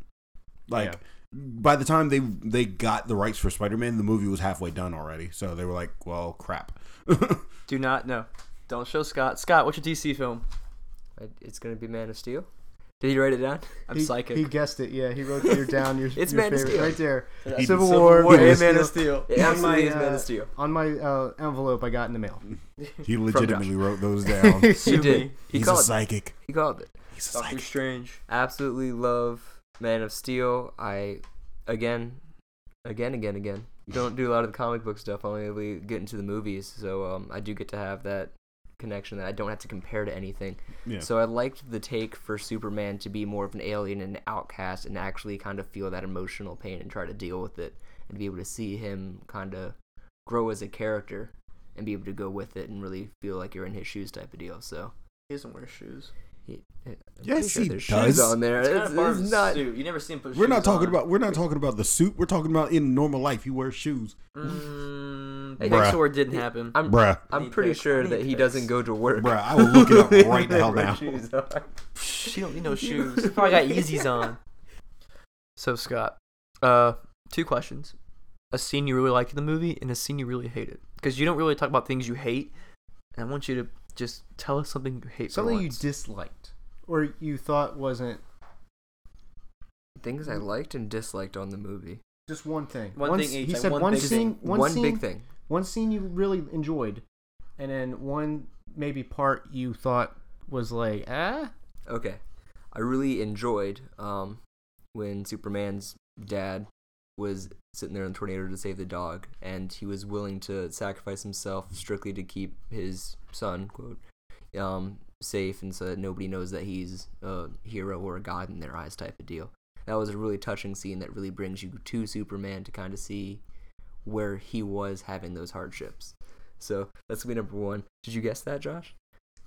[SPEAKER 4] Like
[SPEAKER 2] Yeah.
[SPEAKER 4] by the time they they got the rights for Spider Man, the movie was halfway done already. So they were like, "Well, crap."
[SPEAKER 5] Do not no. Don't show Scott. Scott, what's your DC film?
[SPEAKER 3] I- It's going to be Man of Steel. Did you write it down?
[SPEAKER 5] I'm
[SPEAKER 2] he,
[SPEAKER 5] psychic.
[SPEAKER 2] he guessed it. Yeah, he wrote your down your,
[SPEAKER 3] It's
[SPEAKER 2] your
[SPEAKER 3] Man of
[SPEAKER 2] favorite
[SPEAKER 3] Steel.
[SPEAKER 2] right there.
[SPEAKER 4] He-
[SPEAKER 2] Civil
[SPEAKER 5] Civil
[SPEAKER 2] War,
[SPEAKER 5] War
[SPEAKER 2] Man of
[SPEAKER 5] and Man of
[SPEAKER 2] Steel.
[SPEAKER 5] Steel.
[SPEAKER 3] It absolutely
[SPEAKER 2] my,
[SPEAKER 3] is Man
[SPEAKER 2] uh,
[SPEAKER 3] of Steel.
[SPEAKER 2] On my uh, envelope, I got in the mail.
[SPEAKER 4] he legitimately wrote those down.
[SPEAKER 3] He
[SPEAKER 5] Sue
[SPEAKER 3] did.
[SPEAKER 5] me.
[SPEAKER 3] He
[SPEAKER 4] He's a
[SPEAKER 3] called.
[SPEAKER 4] psychic.
[SPEAKER 3] He called it.
[SPEAKER 4] He's a
[SPEAKER 5] Doctor
[SPEAKER 4] psychic.
[SPEAKER 5] Strange.
[SPEAKER 3] Absolutely love Man of Steel. I again, again, again, again. Don't do a lot of the comic book stuff. I only really get into the movies, so um, I do get to have that connection that I don't have to compare to anything.
[SPEAKER 4] Yeah.
[SPEAKER 3] So I liked the take for Superman to be more of an alien and an outcast and actually kind of feel that emotional pain and try to deal with it and be able to see him kind of grow as a character and be able to go with it and really feel like you're in his shoes type of deal. So
[SPEAKER 6] He doesn't wear shoes.
[SPEAKER 3] he, uh, I'm
[SPEAKER 4] Yes,
[SPEAKER 3] pretty sure
[SPEAKER 4] he
[SPEAKER 3] there's
[SPEAKER 4] does.
[SPEAKER 3] shoes on there.
[SPEAKER 6] It's,
[SPEAKER 3] It's,
[SPEAKER 6] kind of part of
[SPEAKER 3] it's
[SPEAKER 6] his
[SPEAKER 3] not.
[SPEAKER 6] suit. You never see him put.
[SPEAKER 4] We're not
[SPEAKER 6] shoes
[SPEAKER 4] talking
[SPEAKER 6] on.
[SPEAKER 4] about we're not talking about the suit. We're talking about in normal life. He wears shoes,
[SPEAKER 6] Mm,
[SPEAKER 3] Hey,
[SPEAKER 6] Next
[SPEAKER 4] bruh.
[SPEAKER 6] War didn't happen.
[SPEAKER 3] I'm,
[SPEAKER 4] bruh.
[SPEAKER 3] I'm
[SPEAKER 6] Knee
[SPEAKER 3] pretty
[SPEAKER 6] picks,
[SPEAKER 3] sure
[SPEAKER 6] knee
[SPEAKER 3] that he
[SPEAKER 6] picks.
[SPEAKER 3] doesn't go to work.
[SPEAKER 4] Bruh, I will look it up right now
[SPEAKER 3] With
[SPEAKER 4] now.
[SPEAKER 3] shoes on.
[SPEAKER 5] She don't need no shoes. She probably got Yeezys on. So Scott, uh, two questions: a scene you really liked in the movie, and a scene you really hated. Because you don't really talk about things you hate, and I want you to just tell us something you hate. for
[SPEAKER 2] Something you
[SPEAKER 5] once.
[SPEAKER 2] disliked or you thought wasn't
[SPEAKER 3] Things I liked and disliked on the movie.
[SPEAKER 2] just one thing.
[SPEAKER 6] One
[SPEAKER 2] Once-
[SPEAKER 6] thing each,
[SPEAKER 2] He
[SPEAKER 6] like
[SPEAKER 2] said
[SPEAKER 6] one
[SPEAKER 2] one
[SPEAKER 6] big
[SPEAKER 2] scene.
[SPEAKER 6] thing.
[SPEAKER 2] One, scene,
[SPEAKER 3] big thing.
[SPEAKER 2] One scene you really enjoyed, and then one maybe part you thought was like ah.
[SPEAKER 3] Okay. I really enjoyed um, when Superman's dad was sitting there in the tornado to save the dog, and he was willing to sacrifice himself strictly to keep his son, quote, um, safe, and so that nobody knows that he's a hero or a god in their eyes, type of deal. That was a really touching scene that really brings you to Superman to kind of see where he was having those hardships. So that's gonna be number one. Did you guess that, Josh?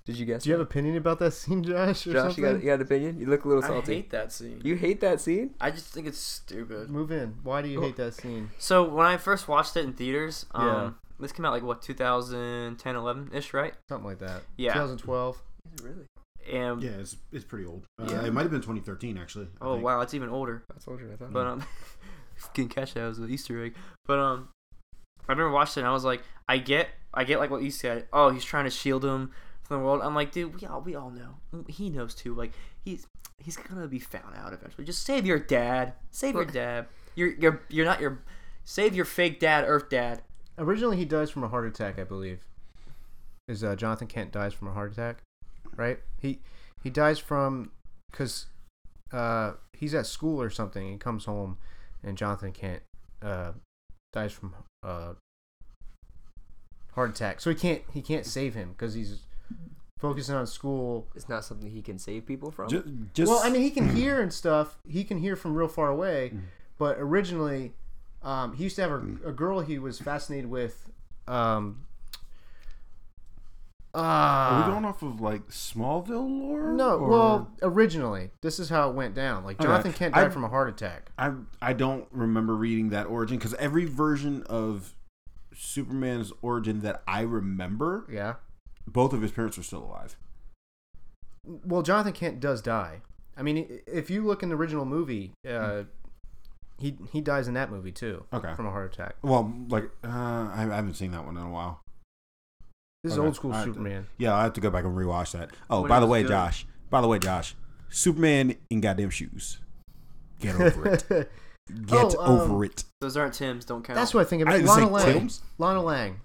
[SPEAKER 3] Did you guess?
[SPEAKER 2] Do you have opinion about that scene, Josh? Or
[SPEAKER 3] Josh,
[SPEAKER 2] something?
[SPEAKER 3] you got, you got an opinion? You look a little salty.
[SPEAKER 6] I hate that scene.
[SPEAKER 3] you hate that scene?
[SPEAKER 6] I just think it's stupid.
[SPEAKER 2] Move in. Why do you hate that scene?
[SPEAKER 5] So when I first watched it in theaters, um,
[SPEAKER 2] Yeah.
[SPEAKER 5] this came out like what 2010, 11 ish, right?
[SPEAKER 2] Something like that.
[SPEAKER 5] Yeah.
[SPEAKER 2] 2012.
[SPEAKER 3] Really?
[SPEAKER 5] And
[SPEAKER 4] Yeah, it's, it's pretty old. Uh,
[SPEAKER 5] Yeah.
[SPEAKER 4] It might have been 2013 actually. I
[SPEAKER 5] oh
[SPEAKER 4] think.
[SPEAKER 5] wow, it's even older.
[SPEAKER 3] That's older, I thought.
[SPEAKER 5] But um, can catch that as an Easter egg. But um, I remember watching it. and I was like, I get, I get like what you said. Oh, he's trying to shield him from the world. I'm like, dude, we all, we all know. He knows too. Like he's, he's gonna be found out eventually. Just save your dad. Save your dad. You're, you're, you're not your. Save your fake dad, Earth Dad.
[SPEAKER 2] Originally, he dies from a heart attack, I believe. Is uh, Jonathan Kent dies from a heart attack, right? He he dies from because uh, he's at school or something. He comes home, and Jonathan Kent uh, dies from uh, heart attack. So he can't he can't save him because he's focusing on school
[SPEAKER 3] It's not something he can save people from.
[SPEAKER 4] Ju- just Mm.
[SPEAKER 2] well, I mean, he can hear and stuff. He can hear from real far away, but originally, um, he used to have
[SPEAKER 4] Mm.
[SPEAKER 2] a, a girl he was fascinated with. Um,
[SPEAKER 4] Are we
[SPEAKER 2] uh,
[SPEAKER 4] going off of like Smallville lore?
[SPEAKER 2] no,
[SPEAKER 4] or-
[SPEAKER 2] well, originally, this is how it went down. Like
[SPEAKER 4] Okay.
[SPEAKER 2] Jonathan Kent died
[SPEAKER 4] I-
[SPEAKER 2] from a heart attack.
[SPEAKER 4] I I don't remember reading that origin because every version of Superman's origin that I remember,
[SPEAKER 2] Yeah.
[SPEAKER 4] both of his parents are still alive.
[SPEAKER 2] Well, Jonathan Kent does die. I mean, i- if you look in the original movie, uh, he he dies in that movie too
[SPEAKER 4] Mm. Okay.
[SPEAKER 2] from a heart attack.
[SPEAKER 4] Well, like uh, I I haven't seen that one in a while.
[SPEAKER 2] This is
[SPEAKER 4] Okay.
[SPEAKER 2] old school
[SPEAKER 4] I have to-
[SPEAKER 2] Superman.
[SPEAKER 4] Yeah, I have to go back and rewatch that. Oh,
[SPEAKER 5] When
[SPEAKER 4] by
[SPEAKER 5] it
[SPEAKER 4] the
[SPEAKER 5] was
[SPEAKER 4] way,
[SPEAKER 5] good.
[SPEAKER 4] Josh. By the way, Josh. Superman in goddamn shoes. Get over it. Get
[SPEAKER 2] Oh, um,
[SPEAKER 4] over it.
[SPEAKER 5] Those aren't Tim's. Don't count.
[SPEAKER 2] That's what I think of
[SPEAKER 4] I
[SPEAKER 2] it.
[SPEAKER 4] didn't say
[SPEAKER 2] Lana Lang.
[SPEAKER 4] Tim's.
[SPEAKER 2] Lana Lang.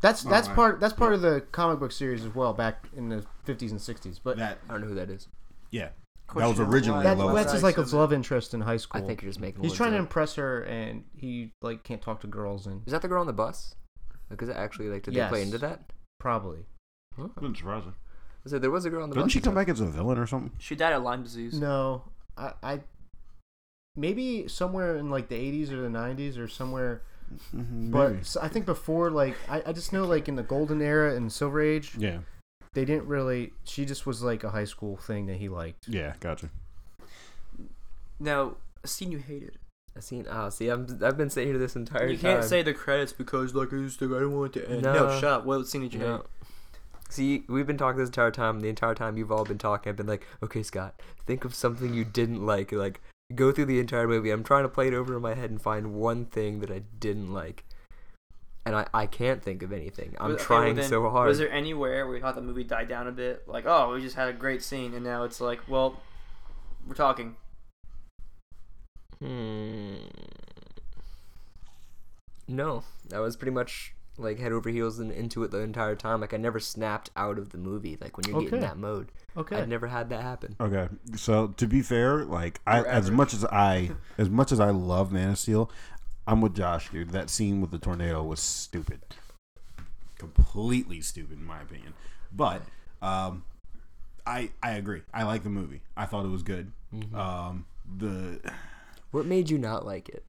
[SPEAKER 2] That's
[SPEAKER 4] Oh,
[SPEAKER 2] that's
[SPEAKER 4] I-
[SPEAKER 2] part that's part of the comic book series as well back in the 50s and 60s. But
[SPEAKER 4] That
[SPEAKER 3] I don't know who that is.
[SPEAKER 4] yeah.
[SPEAKER 6] course
[SPEAKER 4] That was
[SPEAKER 6] you know
[SPEAKER 4] originally
[SPEAKER 6] why.
[SPEAKER 2] that,
[SPEAKER 4] a low.
[SPEAKER 2] that's
[SPEAKER 6] That's
[SPEAKER 2] his like a
[SPEAKER 6] actually-
[SPEAKER 2] love interest in high school.
[SPEAKER 3] I think you're just making.
[SPEAKER 2] he's
[SPEAKER 3] words
[SPEAKER 2] trying to
[SPEAKER 3] up.
[SPEAKER 2] impress her, and he like can't talk to girls and
[SPEAKER 3] Is that the girl on the bus? Like, is it actually like? Did they play
[SPEAKER 2] Yes.
[SPEAKER 3] into that?
[SPEAKER 2] probably
[SPEAKER 3] Huh?
[SPEAKER 4] Doesn't surprise me.
[SPEAKER 3] So there was a girl on the
[SPEAKER 4] Doesn't
[SPEAKER 3] bus.
[SPEAKER 4] she
[SPEAKER 3] and
[SPEAKER 4] come
[SPEAKER 3] stuff.
[SPEAKER 4] back as a villain or something?
[SPEAKER 5] She died of Lyme disease.
[SPEAKER 2] no. I, I maybe somewhere in like the 80s or the 90s or somewhere.
[SPEAKER 3] Mm-hmm.
[SPEAKER 2] But
[SPEAKER 4] Maybe.
[SPEAKER 2] s- I think before like I, I just know like in the golden era and silver age
[SPEAKER 4] Yeah.
[SPEAKER 2] they didn't really. She just was like a high school thing that he liked.
[SPEAKER 4] Yeah. Gotcha.
[SPEAKER 5] Now, a scene you hated.
[SPEAKER 3] I seen. Ah, see, I'm. I've been sitting here this entire
[SPEAKER 5] You
[SPEAKER 3] time.
[SPEAKER 5] can't say the credits because like it's the I don't want it to end. No,
[SPEAKER 3] No.
[SPEAKER 5] shut up. What scene did you
[SPEAKER 3] No.
[SPEAKER 5] hate?
[SPEAKER 3] See, we've been talking this entire time. The entire time you've all been talking, I've been like, "Okay, Scott, think of something you didn't like." Like, go through the entire movie. I'm trying to play it over in my head and find one thing that I didn't like, and I, I can't think of anything. I'm
[SPEAKER 5] Was- okay, well
[SPEAKER 3] trying
[SPEAKER 5] then,
[SPEAKER 3] so hard.
[SPEAKER 5] Was there anywhere where you thought the movie died down a bit? Like, oh, we just had a great scene, and now it's like, well, we're talking.
[SPEAKER 3] Hmm. No, I was pretty much like head over heels and into it the entire time. Like I never snapped out of the movie. Like when you're getting
[SPEAKER 2] Okay.
[SPEAKER 3] that mode,
[SPEAKER 2] Okay.
[SPEAKER 3] I'd never had that happen.
[SPEAKER 4] Okay, so to be fair, like I,
[SPEAKER 3] You're
[SPEAKER 4] as
[SPEAKER 3] average.
[SPEAKER 4] much as I, as much as I love Man of Steel, I'm with Josh, dude. That scene with the tornado was stupid, completely stupid in my opinion. But um, I I agree. I like the movie. I thought it was good.
[SPEAKER 3] Mm-hmm.
[SPEAKER 4] Um, the
[SPEAKER 3] What made you not like it?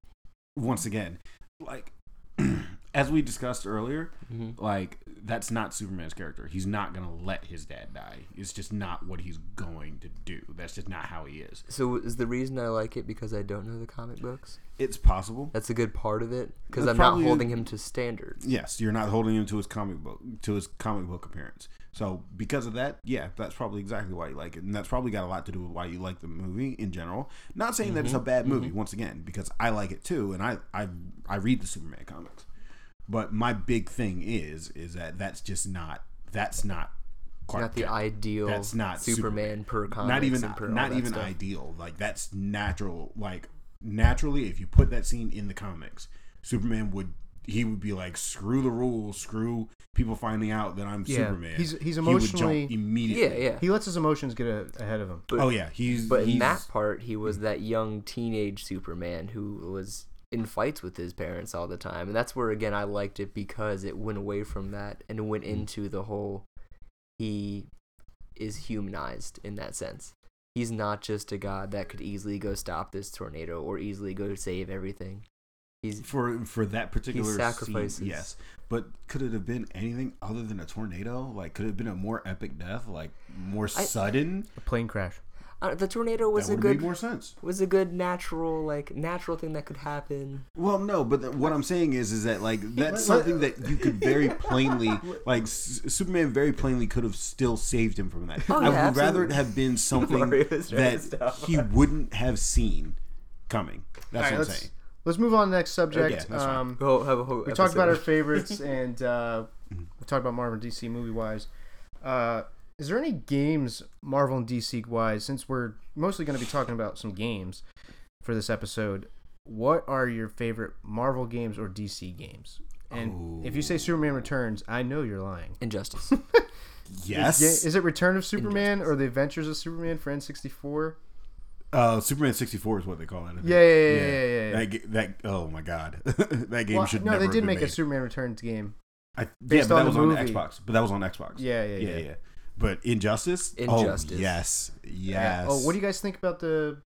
[SPEAKER 4] once again, like as we discussed earlier,
[SPEAKER 3] Mm-hmm.
[SPEAKER 4] like that's not Superman's character. He's not gonna let his dad die. It's just not what he's going to do. That's just not how he is.
[SPEAKER 3] So is the reason I like it because I don't know the comic books?
[SPEAKER 4] It's possible.
[SPEAKER 3] That's a good part of it because
[SPEAKER 4] That's
[SPEAKER 3] I'm not
[SPEAKER 4] probably-
[SPEAKER 3] holding him to standards.
[SPEAKER 4] Yes, you're not holding him to his comic book to his comic book appearance. So because of that, yeah, that's probably exactly why you like it, and that's probably got a lot to do with why you like the movie in general. Not saying that it's a bad movie once again, because I like it too, and I I I read the Superman comics. But my big thing is is that that's just not that's not Clark
[SPEAKER 3] Not the
[SPEAKER 4] Kent.
[SPEAKER 3] ideal.
[SPEAKER 4] That's not
[SPEAKER 3] Superman,
[SPEAKER 4] Superman.
[SPEAKER 3] per comic.
[SPEAKER 4] not even
[SPEAKER 3] and per all
[SPEAKER 4] not
[SPEAKER 3] that
[SPEAKER 4] even
[SPEAKER 3] stuff.
[SPEAKER 4] ideal. Like that's natural. Like naturally, if you put that scene in the comics, Superman would he would be like, screw the rules, screw people finding out that I'm
[SPEAKER 2] Yeah,
[SPEAKER 4] Superman.
[SPEAKER 2] he's- he's
[SPEAKER 4] he would
[SPEAKER 2] emotionally-
[SPEAKER 4] jump immediately.
[SPEAKER 3] Yeah, yeah.
[SPEAKER 2] He lets his emotions get a, ahead of him.
[SPEAKER 4] oh yeah, he's
[SPEAKER 3] But
[SPEAKER 4] he's,
[SPEAKER 3] in that part, he
[SPEAKER 5] Mm.
[SPEAKER 3] was that young teenage Superman who was in fights with his parents all the time, and that's where again I liked it because it went away from that and
[SPEAKER 5] Mm.
[SPEAKER 3] went into the whole he is humanized in that sense. He's not just a god that could easily go stop this tornado or easily go save everything. He's
[SPEAKER 4] for for that particular
[SPEAKER 3] sacrifices.
[SPEAKER 4] scene, yes. But could it have been anything other than a tornado? Like, could it have been a more epic death? Like, more sudden?
[SPEAKER 2] A plane crash.
[SPEAKER 3] uh, the tornado was
[SPEAKER 4] that
[SPEAKER 3] a
[SPEAKER 4] would make
[SPEAKER 3] good
[SPEAKER 4] more sense.
[SPEAKER 3] was a good natural like natural thing that could happen.
[SPEAKER 4] Well, no, but th- what I'm saying is, is that like that's something that you could very plainly, like S- Superman, very plainly could have still saved him from
[SPEAKER 2] Oh,
[SPEAKER 4] that. I would
[SPEAKER 3] yeah,
[SPEAKER 4] rather it have been something
[SPEAKER 3] Mario is trying to
[SPEAKER 4] that he wouldn't have seen coming. That's
[SPEAKER 2] All right,
[SPEAKER 4] what I'm
[SPEAKER 2] let's,
[SPEAKER 4] saying.
[SPEAKER 2] let's move on to the next subject.
[SPEAKER 4] Okay, that's fine.
[SPEAKER 2] um,
[SPEAKER 5] We'll have a whole
[SPEAKER 2] we talked about our
[SPEAKER 5] episode.
[SPEAKER 2] favorites and uh,
[SPEAKER 4] Mm-hmm.
[SPEAKER 2] we talked about Marvel and DC movie wise. Uh, is there any games Marvel and DC wise? Since we're mostly going to be talking about some games for this episode, what are your favorite Marvel games or DC games? And if you say Superman Returns, I know you're lying.
[SPEAKER 3] Injustice.
[SPEAKER 4] Yes,
[SPEAKER 2] Ga- Is it Return of Superman or The Adventures of Superman for N64?
[SPEAKER 4] uh, Superman 64 is what they call it. I think.
[SPEAKER 2] Yeah, yeah, yeah, yeah, yeah, yeah.
[SPEAKER 4] That, ga- that oh my god, that game
[SPEAKER 2] Well,
[SPEAKER 4] should
[SPEAKER 2] no,
[SPEAKER 4] never
[SPEAKER 2] they
[SPEAKER 4] have
[SPEAKER 2] did
[SPEAKER 4] been
[SPEAKER 2] make a
[SPEAKER 4] made.
[SPEAKER 2] Superman Returns game.
[SPEAKER 4] I, yeah,
[SPEAKER 2] based
[SPEAKER 4] but
[SPEAKER 2] on
[SPEAKER 4] that
[SPEAKER 2] the
[SPEAKER 4] was on
[SPEAKER 2] movie.
[SPEAKER 4] Xbox. But that was on Xbox.
[SPEAKER 2] Yeah, yeah, yeah.
[SPEAKER 4] yeah, yeah. But Injustice,
[SPEAKER 3] Injustice.
[SPEAKER 4] Oh, yes, yes.
[SPEAKER 2] Yeah. Oh, what do you guys think about the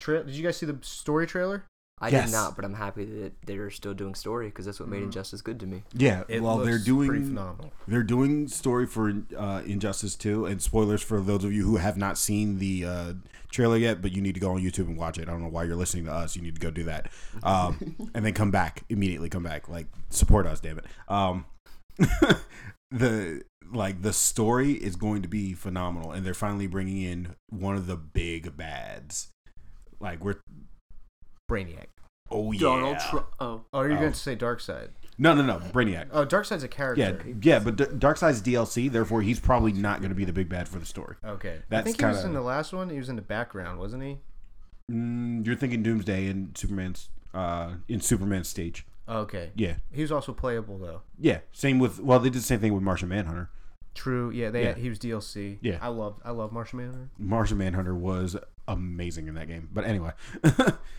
[SPEAKER 2] trail? Did you guys see the story trailer?
[SPEAKER 3] I
[SPEAKER 4] Yes.
[SPEAKER 3] did not, but I'm happy that they're still doing story because that's what
[SPEAKER 2] Mm-hmm.
[SPEAKER 3] made Injustice good to me.
[SPEAKER 4] Yeah, well, they're
[SPEAKER 2] pretty
[SPEAKER 4] doing
[SPEAKER 2] phenomenal.
[SPEAKER 4] they're doing story for uh, Injustice 2, and spoilers for those of you who have not seen the uh, trailer yet, but you need to go on YouTube and watch it. I don't know why you're listening to us. You need to go do that, um, and then come back immediately. Come back, like support us, damn it. Um, the like the story is going to be phenomenal, and they're finally bringing in one of the big bads. Like we're
[SPEAKER 2] Brainiac.
[SPEAKER 4] oh yeah,
[SPEAKER 5] Donald Trump. Oh,
[SPEAKER 2] Oh, you're
[SPEAKER 4] Oh.
[SPEAKER 2] going to say Darkseid.
[SPEAKER 4] no no no Brainiac.
[SPEAKER 2] Oh, Darkseid's a character.
[SPEAKER 4] Yeah, yeah, but D- Darkseid's DLC, therefore he's probably not going to be the big bad for the story.
[SPEAKER 2] Okay. I
[SPEAKER 4] That's
[SPEAKER 2] think he was
[SPEAKER 4] kinda-
[SPEAKER 2] in the last one. He was in the background, wasn't he?
[SPEAKER 4] Mm, you're thinking Doomsday in Superman's uh, in Superman's stage.
[SPEAKER 2] Okay.
[SPEAKER 4] Yeah,
[SPEAKER 2] He was also playable though.
[SPEAKER 4] yeah. Same with well, they did the same thing with Martian Manhunter.
[SPEAKER 2] True. Yeah. They
[SPEAKER 4] Yeah.
[SPEAKER 2] he was DLC.
[SPEAKER 4] Yeah.
[SPEAKER 2] I love I love Martian Manhunter.
[SPEAKER 4] Martian Manhunter was amazing in that game. But anyway,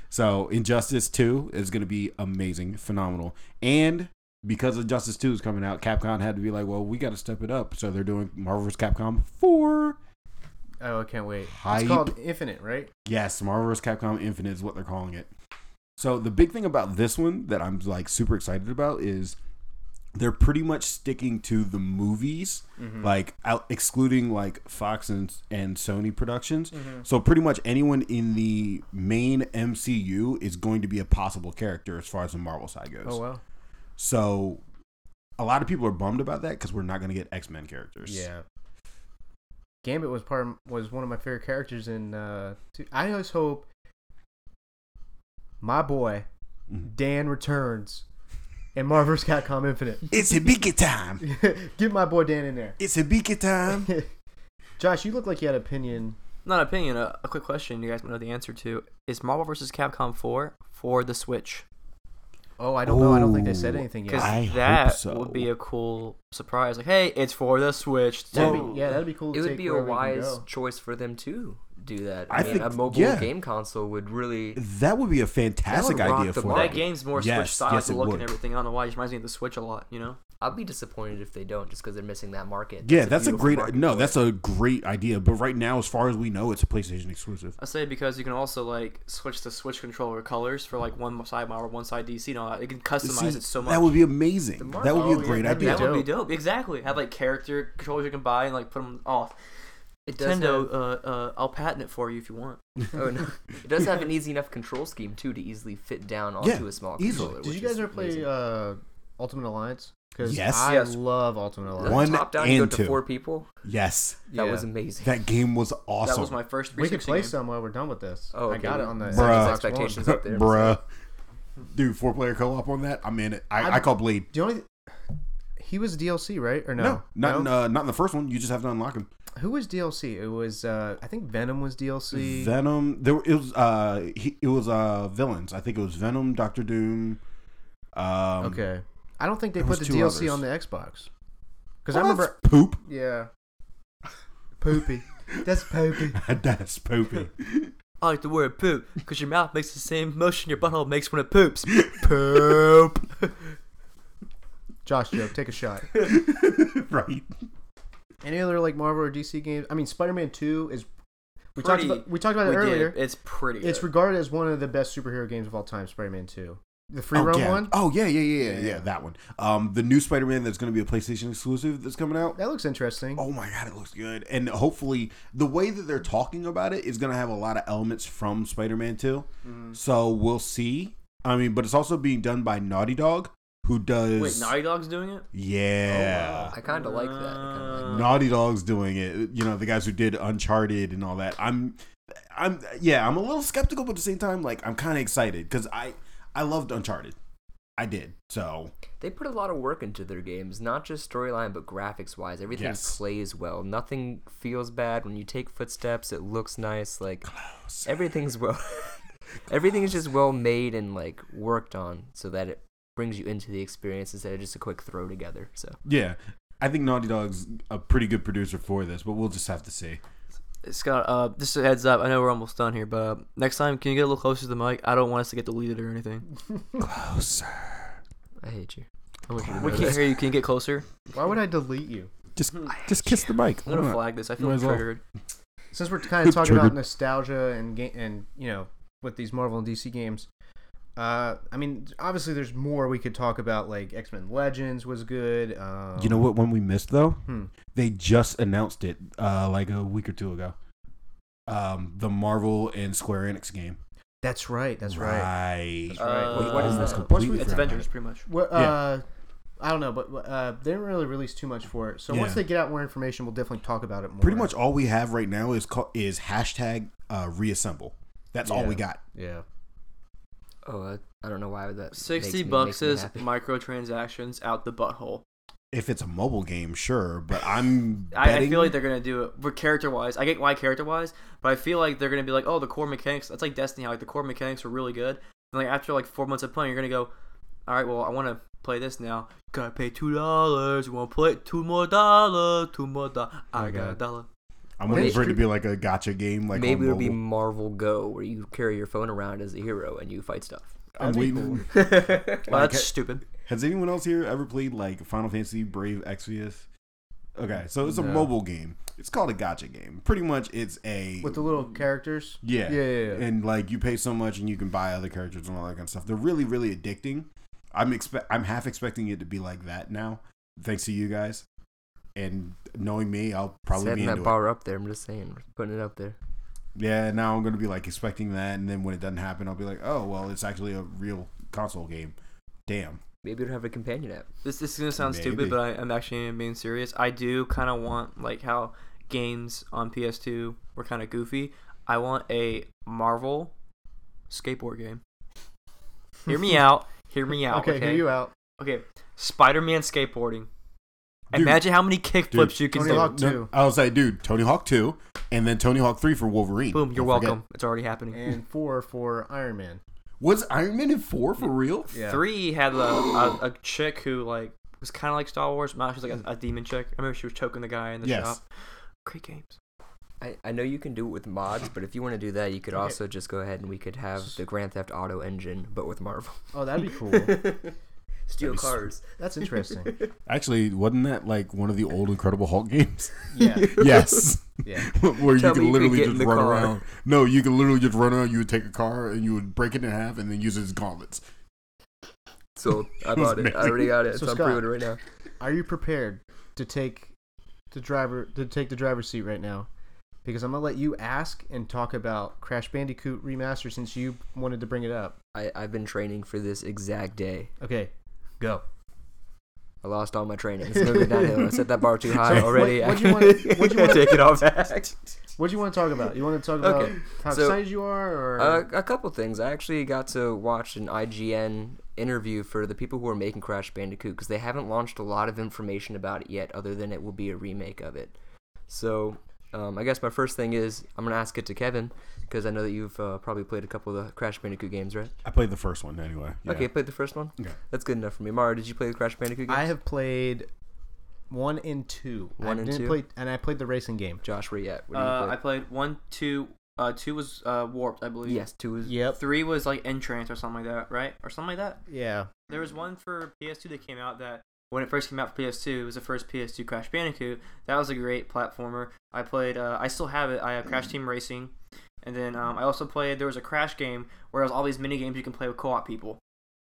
[SPEAKER 4] so Injustice Two is going to be amazing, phenomenal, and because Injustice Two is coming out, Capcom had to be like, well, we got to step it up. So they're doing Marvel vs. Capcom Four.
[SPEAKER 2] Oh, I can't wait.
[SPEAKER 4] Hype.
[SPEAKER 2] It's called Infinite, right?
[SPEAKER 4] Yes, Marvel vs. Capcom Infinite is what they're calling it. So the big thing about this one that I'm like super excited about is they're pretty much sticking to the movies,
[SPEAKER 2] Mm-hmm.
[SPEAKER 4] like out, excluding like Fox and and Sony productions.
[SPEAKER 2] Mm-hmm.
[SPEAKER 4] So pretty much anyone in the main MCU is going to be a possible character as far as the Marvel side goes.
[SPEAKER 2] Oh wow.
[SPEAKER 4] So a lot of people are bummed about that because we're not going to get X Men characters.
[SPEAKER 2] Yeah. Gambit was part of, was one of my favorite characters in. Uh, two- I always hope my boy
[SPEAKER 4] Mhm.
[SPEAKER 2] Dan returns in Marvel's Capcom Infinite.
[SPEAKER 4] it's Hibiki time.
[SPEAKER 2] Get my boy Dan in there.
[SPEAKER 4] It's Hibiki time.
[SPEAKER 2] Josh, you look like you had opinion.
[SPEAKER 5] not an opinion. A, a quick question. You guys want to know the answer to is Marvel vs. Capcom 4 for the Switch?
[SPEAKER 2] Oh, I don't know. I don't think they said
[SPEAKER 4] Ooh,
[SPEAKER 2] anything
[SPEAKER 5] Because
[SPEAKER 2] yet.
[SPEAKER 4] I hope
[SPEAKER 5] that
[SPEAKER 4] so.
[SPEAKER 5] would be a cool surprise. Like, hey, it's for the Switch.
[SPEAKER 2] That'd be-
[SPEAKER 5] too.
[SPEAKER 2] yeah, that'd be cool. To
[SPEAKER 3] it would
[SPEAKER 2] take
[SPEAKER 3] be a
[SPEAKER 2] wherever you can
[SPEAKER 3] wise
[SPEAKER 2] go.
[SPEAKER 3] choice for them to do that.
[SPEAKER 4] I
[SPEAKER 3] I, mean,
[SPEAKER 4] think-
[SPEAKER 3] a mobile
[SPEAKER 4] yeah.
[SPEAKER 3] game console would really.
[SPEAKER 4] That would be a fantastic
[SPEAKER 3] That would rock
[SPEAKER 4] idea
[SPEAKER 3] the
[SPEAKER 4] for
[SPEAKER 3] market.
[SPEAKER 5] That game's more Switch
[SPEAKER 4] Yes,
[SPEAKER 5] style
[SPEAKER 4] yes,
[SPEAKER 5] to
[SPEAKER 4] it
[SPEAKER 5] look
[SPEAKER 4] would.
[SPEAKER 5] and everything. I don't know why. It just reminds me of the Switch a lot, you know?
[SPEAKER 3] I'll be disappointed if they don't, just because they're missing that market.
[SPEAKER 4] Yeah, that's a
[SPEAKER 3] beautiful
[SPEAKER 4] great
[SPEAKER 3] market
[SPEAKER 4] no,
[SPEAKER 3] for
[SPEAKER 4] that's
[SPEAKER 3] it.
[SPEAKER 4] a great idea. But right now, as far as we know, it's a PlayStation exclusive.
[SPEAKER 5] I say because you can also, like, switch the Switch controller colors for, like, one side Marvel, one side DC, and all that. You can customize
[SPEAKER 4] See,
[SPEAKER 5] it so much.
[SPEAKER 4] That would be amazing.
[SPEAKER 3] market-
[SPEAKER 4] That would be
[SPEAKER 2] oh,
[SPEAKER 4] a
[SPEAKER 2] yeah,
[SPEAKER 4] great
[SPEAKER 2] that'd be
[SPEAKER 4] idea.
[SPEAKER 5] That would be dope. Exactly. Have, like, character controllers you can buy and, like, put them off.
[SPEAKER 3] It does
[SPEAKER 5] Nintendo, uh, uh, I'll patent it for you if you want.
[SPEAKER 3] Have, oh no, it does have an easy enough control scheme too to easily fit down onto
[SPEAKER 4] Yeah,
[SPEAKER 3] a small
[SPEAKER 4] easily.
[SPEAKER 3] controller.
[SPEAKER 2] Did you
[SPEAKER 3] which
[SPEAKER 2] guys
[SPEAKER 3] is
[SPEAKER 2] ever play
[SPEAKER 3] amazing.
[SPEAKER 2] uh, Ultimate Alliance? Because
[SPEAKER 4] Yes.
[SPEAKER 2] I
[SPEAKER 5] Yes.
[SPEAKER 2] love Ultimate
[SPEAKER 3] The
[SPEAKER 2] Alliance.
[SPEAKER 4] One
[SPEAKER 3] top down you go
[SPEAKER 4] and
[SPEAKER 3] to
[SPEAKER 4] two.
[SPEAKER 3] four people?
[SPEAKER 4] Yes,
[SPEAKER 3] That
[SPEAKER 2] Yeah.
[SPEAKER 3] was amazing.
[SPEAKER 4] that game was awesome.
[SPEAKER 5] That was my first
[SPEAKER 2] We could
[SPEAKER 5] 360
[SPEAKER 2] play
[SPEAKER 5] game.
[SPEAKER 2] some while we're done with this.
[SPEAKER 3] Oh,
[SPEAKER 2] I
[SPEAKER 3] okay.
[SPEAKER 2] got it on the
[SPEAKER 4] Bruh.
[SPEAKER 2] Xbox One.
[SPEAKER 3] Expectations up there.
[SPEAKER 4] bruh. Dude, four player co op on that. I'm in it. I, I,
[SPEAKER 2] I-
[SPEAKER 4] call Blade.
[SPEAKER 2] The only he was DLC, right? Or no?
[SPEAKER 4] No, not In, uh, not in the first one. You just have to unlock him.
[SPEAKER 2] Who was DLC? It was uh, I think Venom was DLC.
[SPEAKER 4] Venom. There it was. Uh, he, it was uh villains. I think it was Venom, Doctor Doom. Um,
[SPEAKER 2] okay, I don't think they
[SPEAKER 4] There
[SPEAKER 2] put
[SPEAKER 4] was
[SPEAKER 2] the
[SPEAKER 4] two
[SPEAKER 2] DLC on the
[SPEAKER 4] others.
[SPEAKER 2] Xbox because
[SPEAKER 4] Because
[SPEAKER 2] I remember.
[SPEAKER 4] oh, poop.
[SPEAKER 2] Yeah, poopy. That's poopy.
[SPEAKER 4] That's poopy.
[SPEAKER 5] I like the word poop because your mouth makes the same motion your butthole makes when it poops. poop.
[SPEAKER 2] Josh, joke. Take a shot.
[SPEAKER 4] right.
[SPEAKER 2] Any other like Marvel or DC games? I mean, Spider Man Two is. We
[SPEAKER 5] Pretty-
[SPEAKER 2] talked about we talked about it
[SPEAKER 5] We
[SPEAKER 2] earlier.
[SPEAKER 5] did. It's pretty.
[SPEAKER 2] It's
[SPEAKER 5] good.
[SPEAKER 2] regarded as one of the best superhero games of all time. Spider Man Two. The free roam
[SPEAKER 4] yeah.
[SPEAKER 2] one?
[SPEAKER 4] Oh yeah, yeah, yeah, yeah,
[SPEAKER 2] Yeah.
[SPEAKER 4] yeah, that one. Um, the new Spider-Man that's going to be a PlayStation exclusive that's coming out.
[SPEAKER 2] That looks interesting.
[SPEAKER 4] Oh my god, it looks good, and hopefully the way that they're talking about it is going to have a lot of elements from Spider-Man 2.
[SPEAKER 2] Mm-hmm.
[SPEAKER 4] So we'll see. I mean, but it's also being done by Naughty Dog, who does
[SPEAKER 6] Wait, Naughty Oh, Dog's doing it?
[SPEAKER 4] yeah.
[SPEAKER 3] I kind of like that. I kinda
[SPEAKER 5] Uh,
[SPEAKER 3] like
[SPEAKER 4] Naughty Dog's doing it. You know, the guys who did Uncharted and all that. I'm I'm yeah, I'm a little skeptical but at the same time like I'm kind of excited cuz I I loved Uncharted. I did. So,
[SPEAKER 3] they put a lot of work into their games, not just storyline, but graphics wise. Everything
[SPEAKER 4] Yes.
[SPEAKER 3] plays well. Nothing feels bad when you take footsteps. It looks nice. Like everything's well. everything is just well made and like worked on so that it brings you into the experience instead of just a quick throw together. So
[SPEAKER 4] yeah. I think Naughty Dog's a pretty good producer for this, but we'll just have to see.
[SPEAKER 5] Scott, uh, just a heads up. I know we're almost done here, but uh, next time, can you get a little closer to the mic? I don't want us to get deleted or anything.
[SPEAKER 4] Oh.
[SPEAKER 2] Oh,
[SPEAKER 3] I hate you.
[SPEAKER 5] I want you to know we can't hear you. Can you get closer?
[SPEAKER 2] Why would I delete you?
[SPEAKER 4] Just
[SPEAKER 2] Hmm.
[SPEAKER 4] just kiss the mic.
[SPEAKER 5] I'm gonna flag this. I feel
[SPEAKER 4] Might as well.
[SPEAKER 5] triggered.
[SPEAKER 2] Since we're kind of talking about
[SPEAKER 4] Triggered.
[SPEAKER 2] nostalgia and ga- and you know with these Marvel and DC games, uh, I mean obviously there's more we could talk about. Like X Men Legends was good. Um,
[SPEAKER 4] You know what one we missed though?
[SPEAKER 2] Hmm.
[SPEAKER 4] They just announced it uh like a week or two ago. Um the Marvel and Square Enix game.
[SPEAKER 2] That's right. That's right.
[SPEAKER 4] Right.
[SPEAKER 6] Uh,
[SPEAKER 4] We
[SPEAKER 6] what is
[SPEAKER 4] almost
[SPEAKER 6] that?
[SPEAKER 4] completely
[SPEAKER 5] It's
[SPEAKER 4] forgot about
[SPEAKER 5] Avengers,
[SPEAKER 4] it.
[SPEAKER 5] pretty much.
[SPEAKER 2] Well,
[SPEAKER 4] Yeah.
[SPEAKER 2] uh, I don't know, but uh, they didn't really release too much for it. So once
[SPEAKER 4] Yeah.
[SPEAKER 2] they get out more information, we'll definitely talk about it more.
[SPEAKER 4] pretty much all we have right now is ca- is hashtag uh, reassemble. That's all we
[SPEAKER 2] Yeah.
[SPEAKER 4] got.
[SPEAKER 2] Yeah.
[SPEAKER 3] Oh, I, I don't know why that.
[SPEAKER 5] Sixty
[SPEAKER 3] makes me-
[SPEAKER 5] bucks
[SPEAKER 3] makes me
[SPEAKER 5] is
[SPEAKER 3] happy.
[SPEAKER 5] microtransactions out the butthole.
[SPEAKER 4] If it's a mobile game, sure, but I'm
[SPEAKER 5] I, I
[SPEAKER 4] betting-
[SPEAKER 5] feel like they're gonna do it for character wise. I get why character wise, but I feel like they're gonna be like, oh, the core mechanics. That's like Destiny. How like the core mechanics were really good. And like after like four months of playing, you're gonna go, all right, well, I want to play this now. Gotta pay two dollars. You wanna play two more dollar, two more dollar. I got a
[SPEAKER 2] God.
[SPEAKER 5] dollar.
[SPEAKER 4] I'm waiting
[SPEAKER 2] Maybe-
[SPEAKER 4] for it to be like a gotcha game, like
[SPEAKER 3] Maybe
[SPEAKER 4] on
[SPEAKER 3] it'll
[SPEAKER 4] mobile.
[SPEAKER 3] be Marvel Go, where you carry your phone around as a hero and you fight stuff.
[SPEAKER 4] I'm waiting.
[SPEAKER 5] Well, that's
[SPEAKER 4] it.
[SPEAKER 5] stupid.
[SPEAKER 4] Has anyone else here ever played like Final Fantasy Brave Exvius? Okay, so it's a
[SPEAKER 2] No.
[SPEAKER 4] mobile game. It's called a gotcha game. Pretty much, it's a
[SPEAKER 2] With the little characters.
[SPEAKER 4] Yeah.
[SPEAKER 2] Yeah, yeah, yeah.
[SPEAKER 4] And like you pay so much and you can buy other characters and all that kind of stuff. They're really, really addicting. I'm expect I'm half expecting it to be like that now, thanks to you guys. And knowing me, I'll probably
[SPEAKER 3] Setting
[SPEAKER 4] be
[SPEAKER 3] that
[SPEAKER 4] into it.
[SPEAKER 3] bar up there. I'm just saying, we're putting it up there.
[SPEAKER 4] Yeah, now I'm gonna be like expecting that and then when it doesn't happen I'll be like, Oh well it's actually a real console game. Damn.
[SPEAKER 3] Maybe it'll have a companion app.
[SPEAKER 5] This this is gonna sound stupid,
[SPEAKER 4] Maybe.
[SPEAKER 5] but I, I'm actually being serious. I do kind of want like how games on PS2 were kind of goofy. I want a Marvel skateboard game. Hear me out. Hear me out.
[SPEAKER 2] okay,
[SPEAKER 5] Okay.
[SPEAKER 2] hear you out.
[SPEAKER 5] Okay. Spider-Man skateboarding.
[SPEAKER 4] Dude.
[SPEAKER 5] Imagine how many kickflips you can
[SPEAKER 2] Tony
[SPEAKER 5] do.
[SPEAKER 2] Hawk 2
[SPEAKER 4] I was like, dude, Tony Hawk two and then Tony Hawk three for Wolverine.
[SPEAKER 5] Boom. You're
[SPEAKER 4] Don't forget.
[SPEAKER 5] welcome. It's already happening.
[SPEAKER 2] and 4 for Iron Man.
[SPEAKER 4] Was Iron Man in four for real?
[SPEAKER 2] Yeah.
[SPEAKER 5] Three had a, a, a chick who like was kind of like Star Wars. but Now she's like a, a demon chick. I remember she was choking the guy in the
[SPEAKER 4] Yes.
[SPEAKER 5] shop. Great games.
[SPEAKER 3] I, I know you can do it with mods, but if you want to do that, you could
[SPEAKER 2] Okay.
[SPEAKER 3] also just go ahead and we could have the Grand Theft Auto engine, but with Marvel.
[SPEAKER 2] Oh, that'd be cool.
[SPEAKER 3] Steal
[SPEAKER 4] That'd be
[SPEAKER 3] cars.
[SPEAKER 2] That's interesting.
[SPEAKER 4] Actually, wasn't that like one of the old Incredible Hulk games?
[SPEAKER 2] Yeah.
[SPEAKER 4] yes.
[SPEAKER 2] Yeah.
[SPEAKER 4] where you
[SPEAKER 3] Tell me
[SPEAKER 4] could
[SPEAKER 3] you could
[SPEAKER 4] literally
[SPEAKER 3] get in
[SPEAKER 4] just
[SPEAKER 3] the
[SPEAKER 4] run
[SPEAKER 3] car.
[SPEAKER 4] around. No, you could literally just run around. You would take a car and you would break it in half and then use it as gauntlets.
[SPEAKER 3] So I bought it. I already got it.
[SPEAKER 2] So
[SPEAKER 3] So, I'm
[SPEAKER 2] Scott-
[SPEAKER 3] pre-order right now.
[SPEAKER 2] Are you prepared to take the driver to take the driver's seat right now? Because I'm gonna let you ask and talk about Crash Bandicoot remaster since you wanted to bring it up.
[SPEAKER 3] I, I've been training for this exact day.
[SPEAKER 2] Okay, go.
[SPEAKER 3] I lost all my training. It's going downhill. I set that bar too high already.
[SPEAKER 2] What,
[SPEAKER 3] I
[SPEAKER 2] what'd you want? What'd you
[SPEAKER 3] can't
[SPEAKER 2] want?
[SPEAKER 3] take it all back.
[SPEAKER 2] What'd you want to talk about? You want to talk about
[SPEAKER 3] Okay,
[SPEAKER 2] how
[SPEAKER 3] so,
[SPEAKER 2] excited you are, or
[SPEAKER 3] Uh, a couple things. I actually got to watch an IGN interview for the people who are making Crash Bandicoot because they haven't launched a lot of information about it yet, other than it will be a remake of it. So, um, I guess my first thing is I'm gonna ask it to Kevin because I know that you've uh, probably played a couple of the Crash Bandicoot games, right?
[SPEAKER 4] I played the first one anyway. Yeah.
[SPEAKER 3] Okay, played the first one.
[SPEAKER 4] Yeah.
[SPEAKER 3] That's good enough for me. Mara, did you play the Crash Bandicoot? Games?
[SPEAKER 2] I have played one and two.
[SPEAKER 3] One
[SPEAKER 2] I
[SPEAKER 3] and
[SPEAKER 2] didn't
[SPEAKER 3] two?
[SPEAKER 2] Play, and I played the racing game.
[SPEAKER 3] Josh, where you at? What do you
[SPEAKER 5] Uh,
[SPEAKER 3] play?
[SPEAKER 5] I played one, two. Uh, two was uh, warped, I believe.
[SPEAKER 3] yes, two is
[SPEAKER 2] Yep.
[SPEAKER 5] Three was like entrance or something like that, right? Or something like that.
[SPEAKER 2] Yeah.
[SPEAKER 5] There was one for PS2 that came out that when it first came out for PS2, it was the first PS2 Crash Bandicoot. That was a great platformer. I played. Uh, I still have it. I have
[SPEAKER 3] Mm.
[SPEAKER 5] Crash Team Racing, and then um, I also played. There was a Crash game where there was all these mini games you can play with co-op people.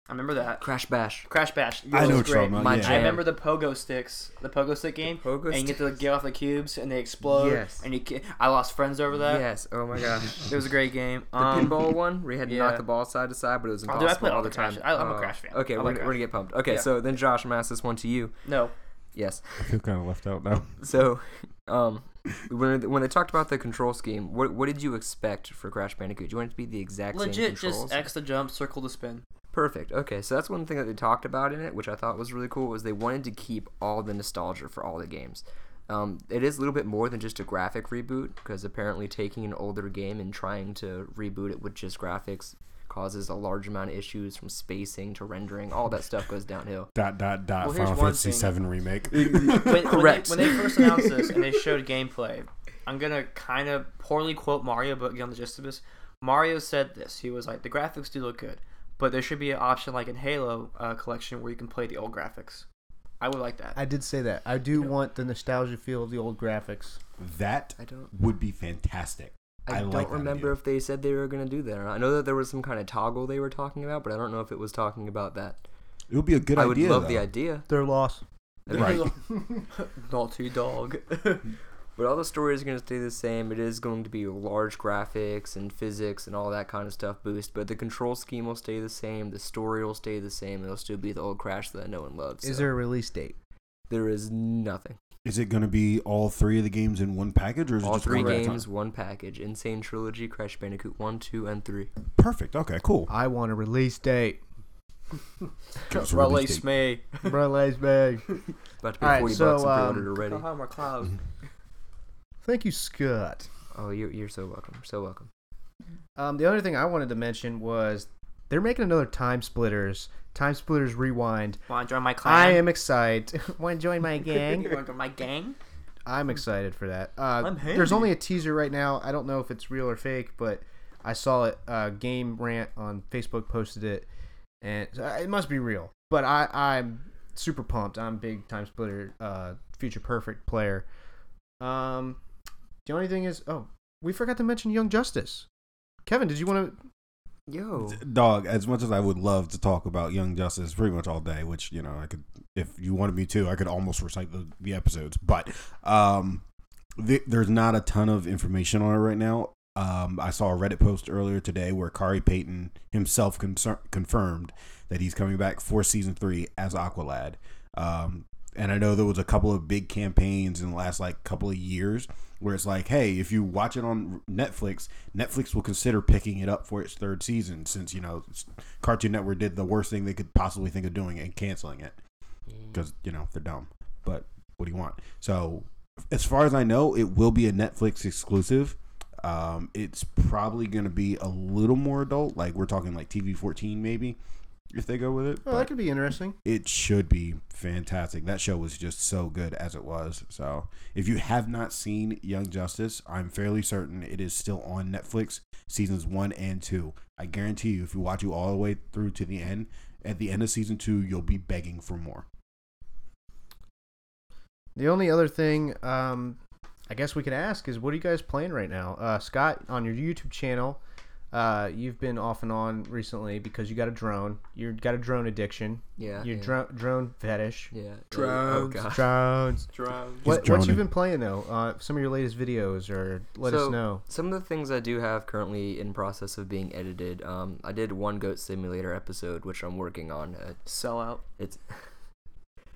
[SPEAKER 5] I remember that.
[SPEAKER 3] Crash Bash.
[SPEAKER 5] Crash Bash.
[SPEAKER 6] I
[SPEAKER 5] It
[SPEAKER 6] know
[SPEAKER 5] was great.
[SPEAKER 6] trauma.
[SPEAKER 3] My
[SPEAKER 6] yeah.
[SPEAKER 5] I
[SPEAKER 3] jam.
[SPEAKER 5] remember the pogo sticks, the pogo stick game,
[SPEAKER 3] pogo
[SPEAKER 5] and you get to get off the cubes and they explode.
[SPEAKER 3] Yes.
[SPEAKER 5] And you, ki- I lost friends over that.
[SPEAKER 3] Yes. Oh my gosh.
[SPEAKER 5] It was a great game.
[SPEAKER 3] The
[SPEAKER 5] Um,
[SPEAKER 3] pinball one, where you had to
[SPEAKER 5] yeah. Oh,
[SPEAKER 3] knock the ball side to side, but it was
[SPEAKER 5] dude, I
[SPEAKER 3] impossible
[SPEAKER 5] played all
[SPEAKER 3] all
[SPEAKER 5] the
[SPEAKER 3] the time.
[SPEAKER 5] Crashes. I- I'm a
[SPEAKER 3] Oh.
[SPEAKER 5] Crash fan.
[SPEAKER 3] Okay,
[SPEAKER 5] I
[SPEAKER 3] we're,
[SPEAKER 5] like
[SPEAKER 3] gonna, we're gonna get pumped. Okay,
[SPEAKER 5] Yeah.
[SPEAKER 3] so then Josh, I'm gonna ask this one to you.
[SPEAKER 5] No.
[SPEAKER 3] Yes.
[SPEAKER 6] I'm kind of left out now.
[SPEAKER 3] So, um, when when they talked about the control scheme, what what did you expect for Crash Bandicoot? Do you want it to be the exact same
[SPEAKER 5] Legit,
[SPEAKER 3] controls?
[SPEAKER 5] just X to jump, circle to spin.
[SPEAKER 3] Perfect. Okay, so that's one thing that they talked about in it, which I thought was really cool, was they wanted to keep all the nostalgia for all the games. Um, it is a little bit more than just a graphic reboot, because apparently taking an older game and trying to reboot it with just graphics causes a large amount of issues from spacing to rendering. All that stuff goes downhill.
[SPEAKER 6] Dot dot dot.
[SPEAKER 5] Well, here's
[SPEAKER 6] Final
[SPEAKER 5] one
[SPEAKER 6] Fantasy
[SPEAKER 5] thing.
[SPEAKER 6] VII remake.
[SPEAKER 5] When,
[SPEAKER 3] Correct.
[SPEAKER 5] When they, when they first announced this and they showed gameplay, I'm gonna kind of poorly quote Mario, but get on the gist of this. Mario said this. He was like, "The graphics do look good, but there should be an option like in Halo uh, collection where you can play the old graphics." I would like that.
[SPEAKER 2] I did say that. I do want the nostalgia feel of the old graphics.
[SPEAKER 6] that
[SPEAKER 3] I don't.
[SPEAKER 6] would be fantastic.
[SPEAKER 3] I,
[SPEAKER 6] I
[SPEAKER 3] don't
[SPEAKER 6] like that
[SPEAKER 3] remember
[SPEAKER 6] idea.
[SPEAKER 3] if they said they were going to do that. Or not. I know that there was some kind of toggle they were talking about, but I don't know if it was talking about that.
[SPEAKER 6] It would be a good
[SPEAKER 3] I
[SPEAKER 6] idea.
[SPEAKER 3] would love the
[SPEAKER 6] though.
[SPEAKER 3] idea.
[SPEAKER 2] Their loss.
[SPEAKER 6] Right.
[SPEAKER 5] Naughty Dog.
[SPEAKER 3] But all the stories are going to stay the same. It is going to be large graphics and physics and all that kind of stuff boost, but the control scheme will stay the same. The story will stay the same. It'll still be the old Crash that no one loves.
[SPEAKER 2] Is
[SPEAKER 3] so
[SPEAKER 2] there a release date?
[SPEAKER 3] There is nothing.
[SPEAKER 6] Is it going to be all three of the games in one package, or is it
[SPEAKER 3] All
[SPEAKER 6] just
[SPEAKER 3] three
[SPEAKER 6] one at a time?
[SPEAKER 3] games, one package: Insane Trilogy, Crash Bandicoot One, Two, and Three.
[SPEAKER 6] Perfect. Okay. Cool.
[SPEAKER 3] Uh,
[SPEAKER 2] I want a release date.
[SPEAKER 6] Give us a release
[SPEAKER 5] Release
[SPEAKER 6] date.
[SPEAKER 5] me.
[SPEAKER 2] Release date.
[SPEAKER 3] About to be
[SPEAKER 2] All right,
[SPEAKER 3] forty
[SPEAKER 2] so,
[SPEAKER 3] bucks
[SPEAKER 2] um,
[SPEAKER 3] and pre-ordered already.
[SPEAKER 5] Oh, my cloud.
[SPEAKER 2] Thank you, Scott.
[SPEAKER 3] Oh, you're you're so welcome. So welcome.
[SPEAKER 2] Um, the other thing I wanted to mention was they're making another Time Splitters. Time Splitters Rewind.
[SPEAKER 5] Want to join my clan?
[SPEAKER 2] I am excited. Want to join my gang?
[SPEAKER 5] You want to join my gang?
[SPEAKER 2] I'm excited for that. Uh,
[SPEAKER 5] I'm
[SPEAKER 2] There's
[SPEAKER 5] handy.
[SPEAKER 2] only a teaser right now. I don't know if it's real or fake, but I saw it. Uh, Game Rant on Facebook posted it, and uh, it must be real. But I, I'm super pumped. I'm a big Time Splitter, uh, Future Perfect player. Um, the only thing is, oh, we forgot to mention Young Justice. Kevin, did you oh, want to?
[SPEAKER 3] Yo,
[SPEAKER 6] Dog. As much as I would love to talk about Young Justice pretty much all day, which you know I could, if you wanted me to, I could almost recite the, the episodes. But um, th- there's not a ton of information on it right now. Um, I saw a Reddit post earlier today where Kari Payton himself concer- confirmed that he's coming back for season three as Aqualad. Um, and I know there was a couple of big campaigns in the last like couple of years where it's like, hey, if you watch it on Netflix, Netflix will consider picking it up for its third season since you know Cartoon Network did the worst thing they could possibly think of doing and canceling it because you know they're dumb. But what do you want? So as far as I know, it will be a Netflix exclusive. Um, it's probably going to be a little more adult, like we're talking like TV fourteen maybe, if they go with it.
[SPEAKER 2] Oh, that
[SPEAKER 6] but-
[SPEAKER 2] could be interesting.
[SPEAKER 6] it should be fantastic. That show was just so good as it was. So, if you have not seen Young Justice, I'm fairly certain it is still on Netflix, seasons one and two. I guarantee you, if you watch it all the way through to the end, at the end of season two, you'll be begging for more.
[SPEAKER 2] The only other thing, um, I guess we could ask is, what are you guys playing right now? Uh, Scott, on your YouTube channel, uh, you've been off and on recently because you got a drone. You got a drone addiction.
[SPEAKER 3] yeah,
[SPEAKER 2] your
[SPEAKER 3] yeah,
[SPEAKER 2] dro- drone fetish.
[SPEAKER 3] yeah, yeah. Oh
[SPEAKER 5] Drums.
[SPEAKER 3] god.
[SPEAKER 2] Drones. What, what
[SPEAKER 6] droning.
[SPEAKER 2] you've been playing though? Uh, some of your latest videos, or let us
[SPEAKER 3] So-
[SPEAKER 2] know.
[SPEAKER 3] Some of the things I do have currently in process of being edited. Um, I did one Goat Simulator episode, which I'm working on. Uh,
[SPEAKER 5] Sell out.
[SPEAKER 3] it's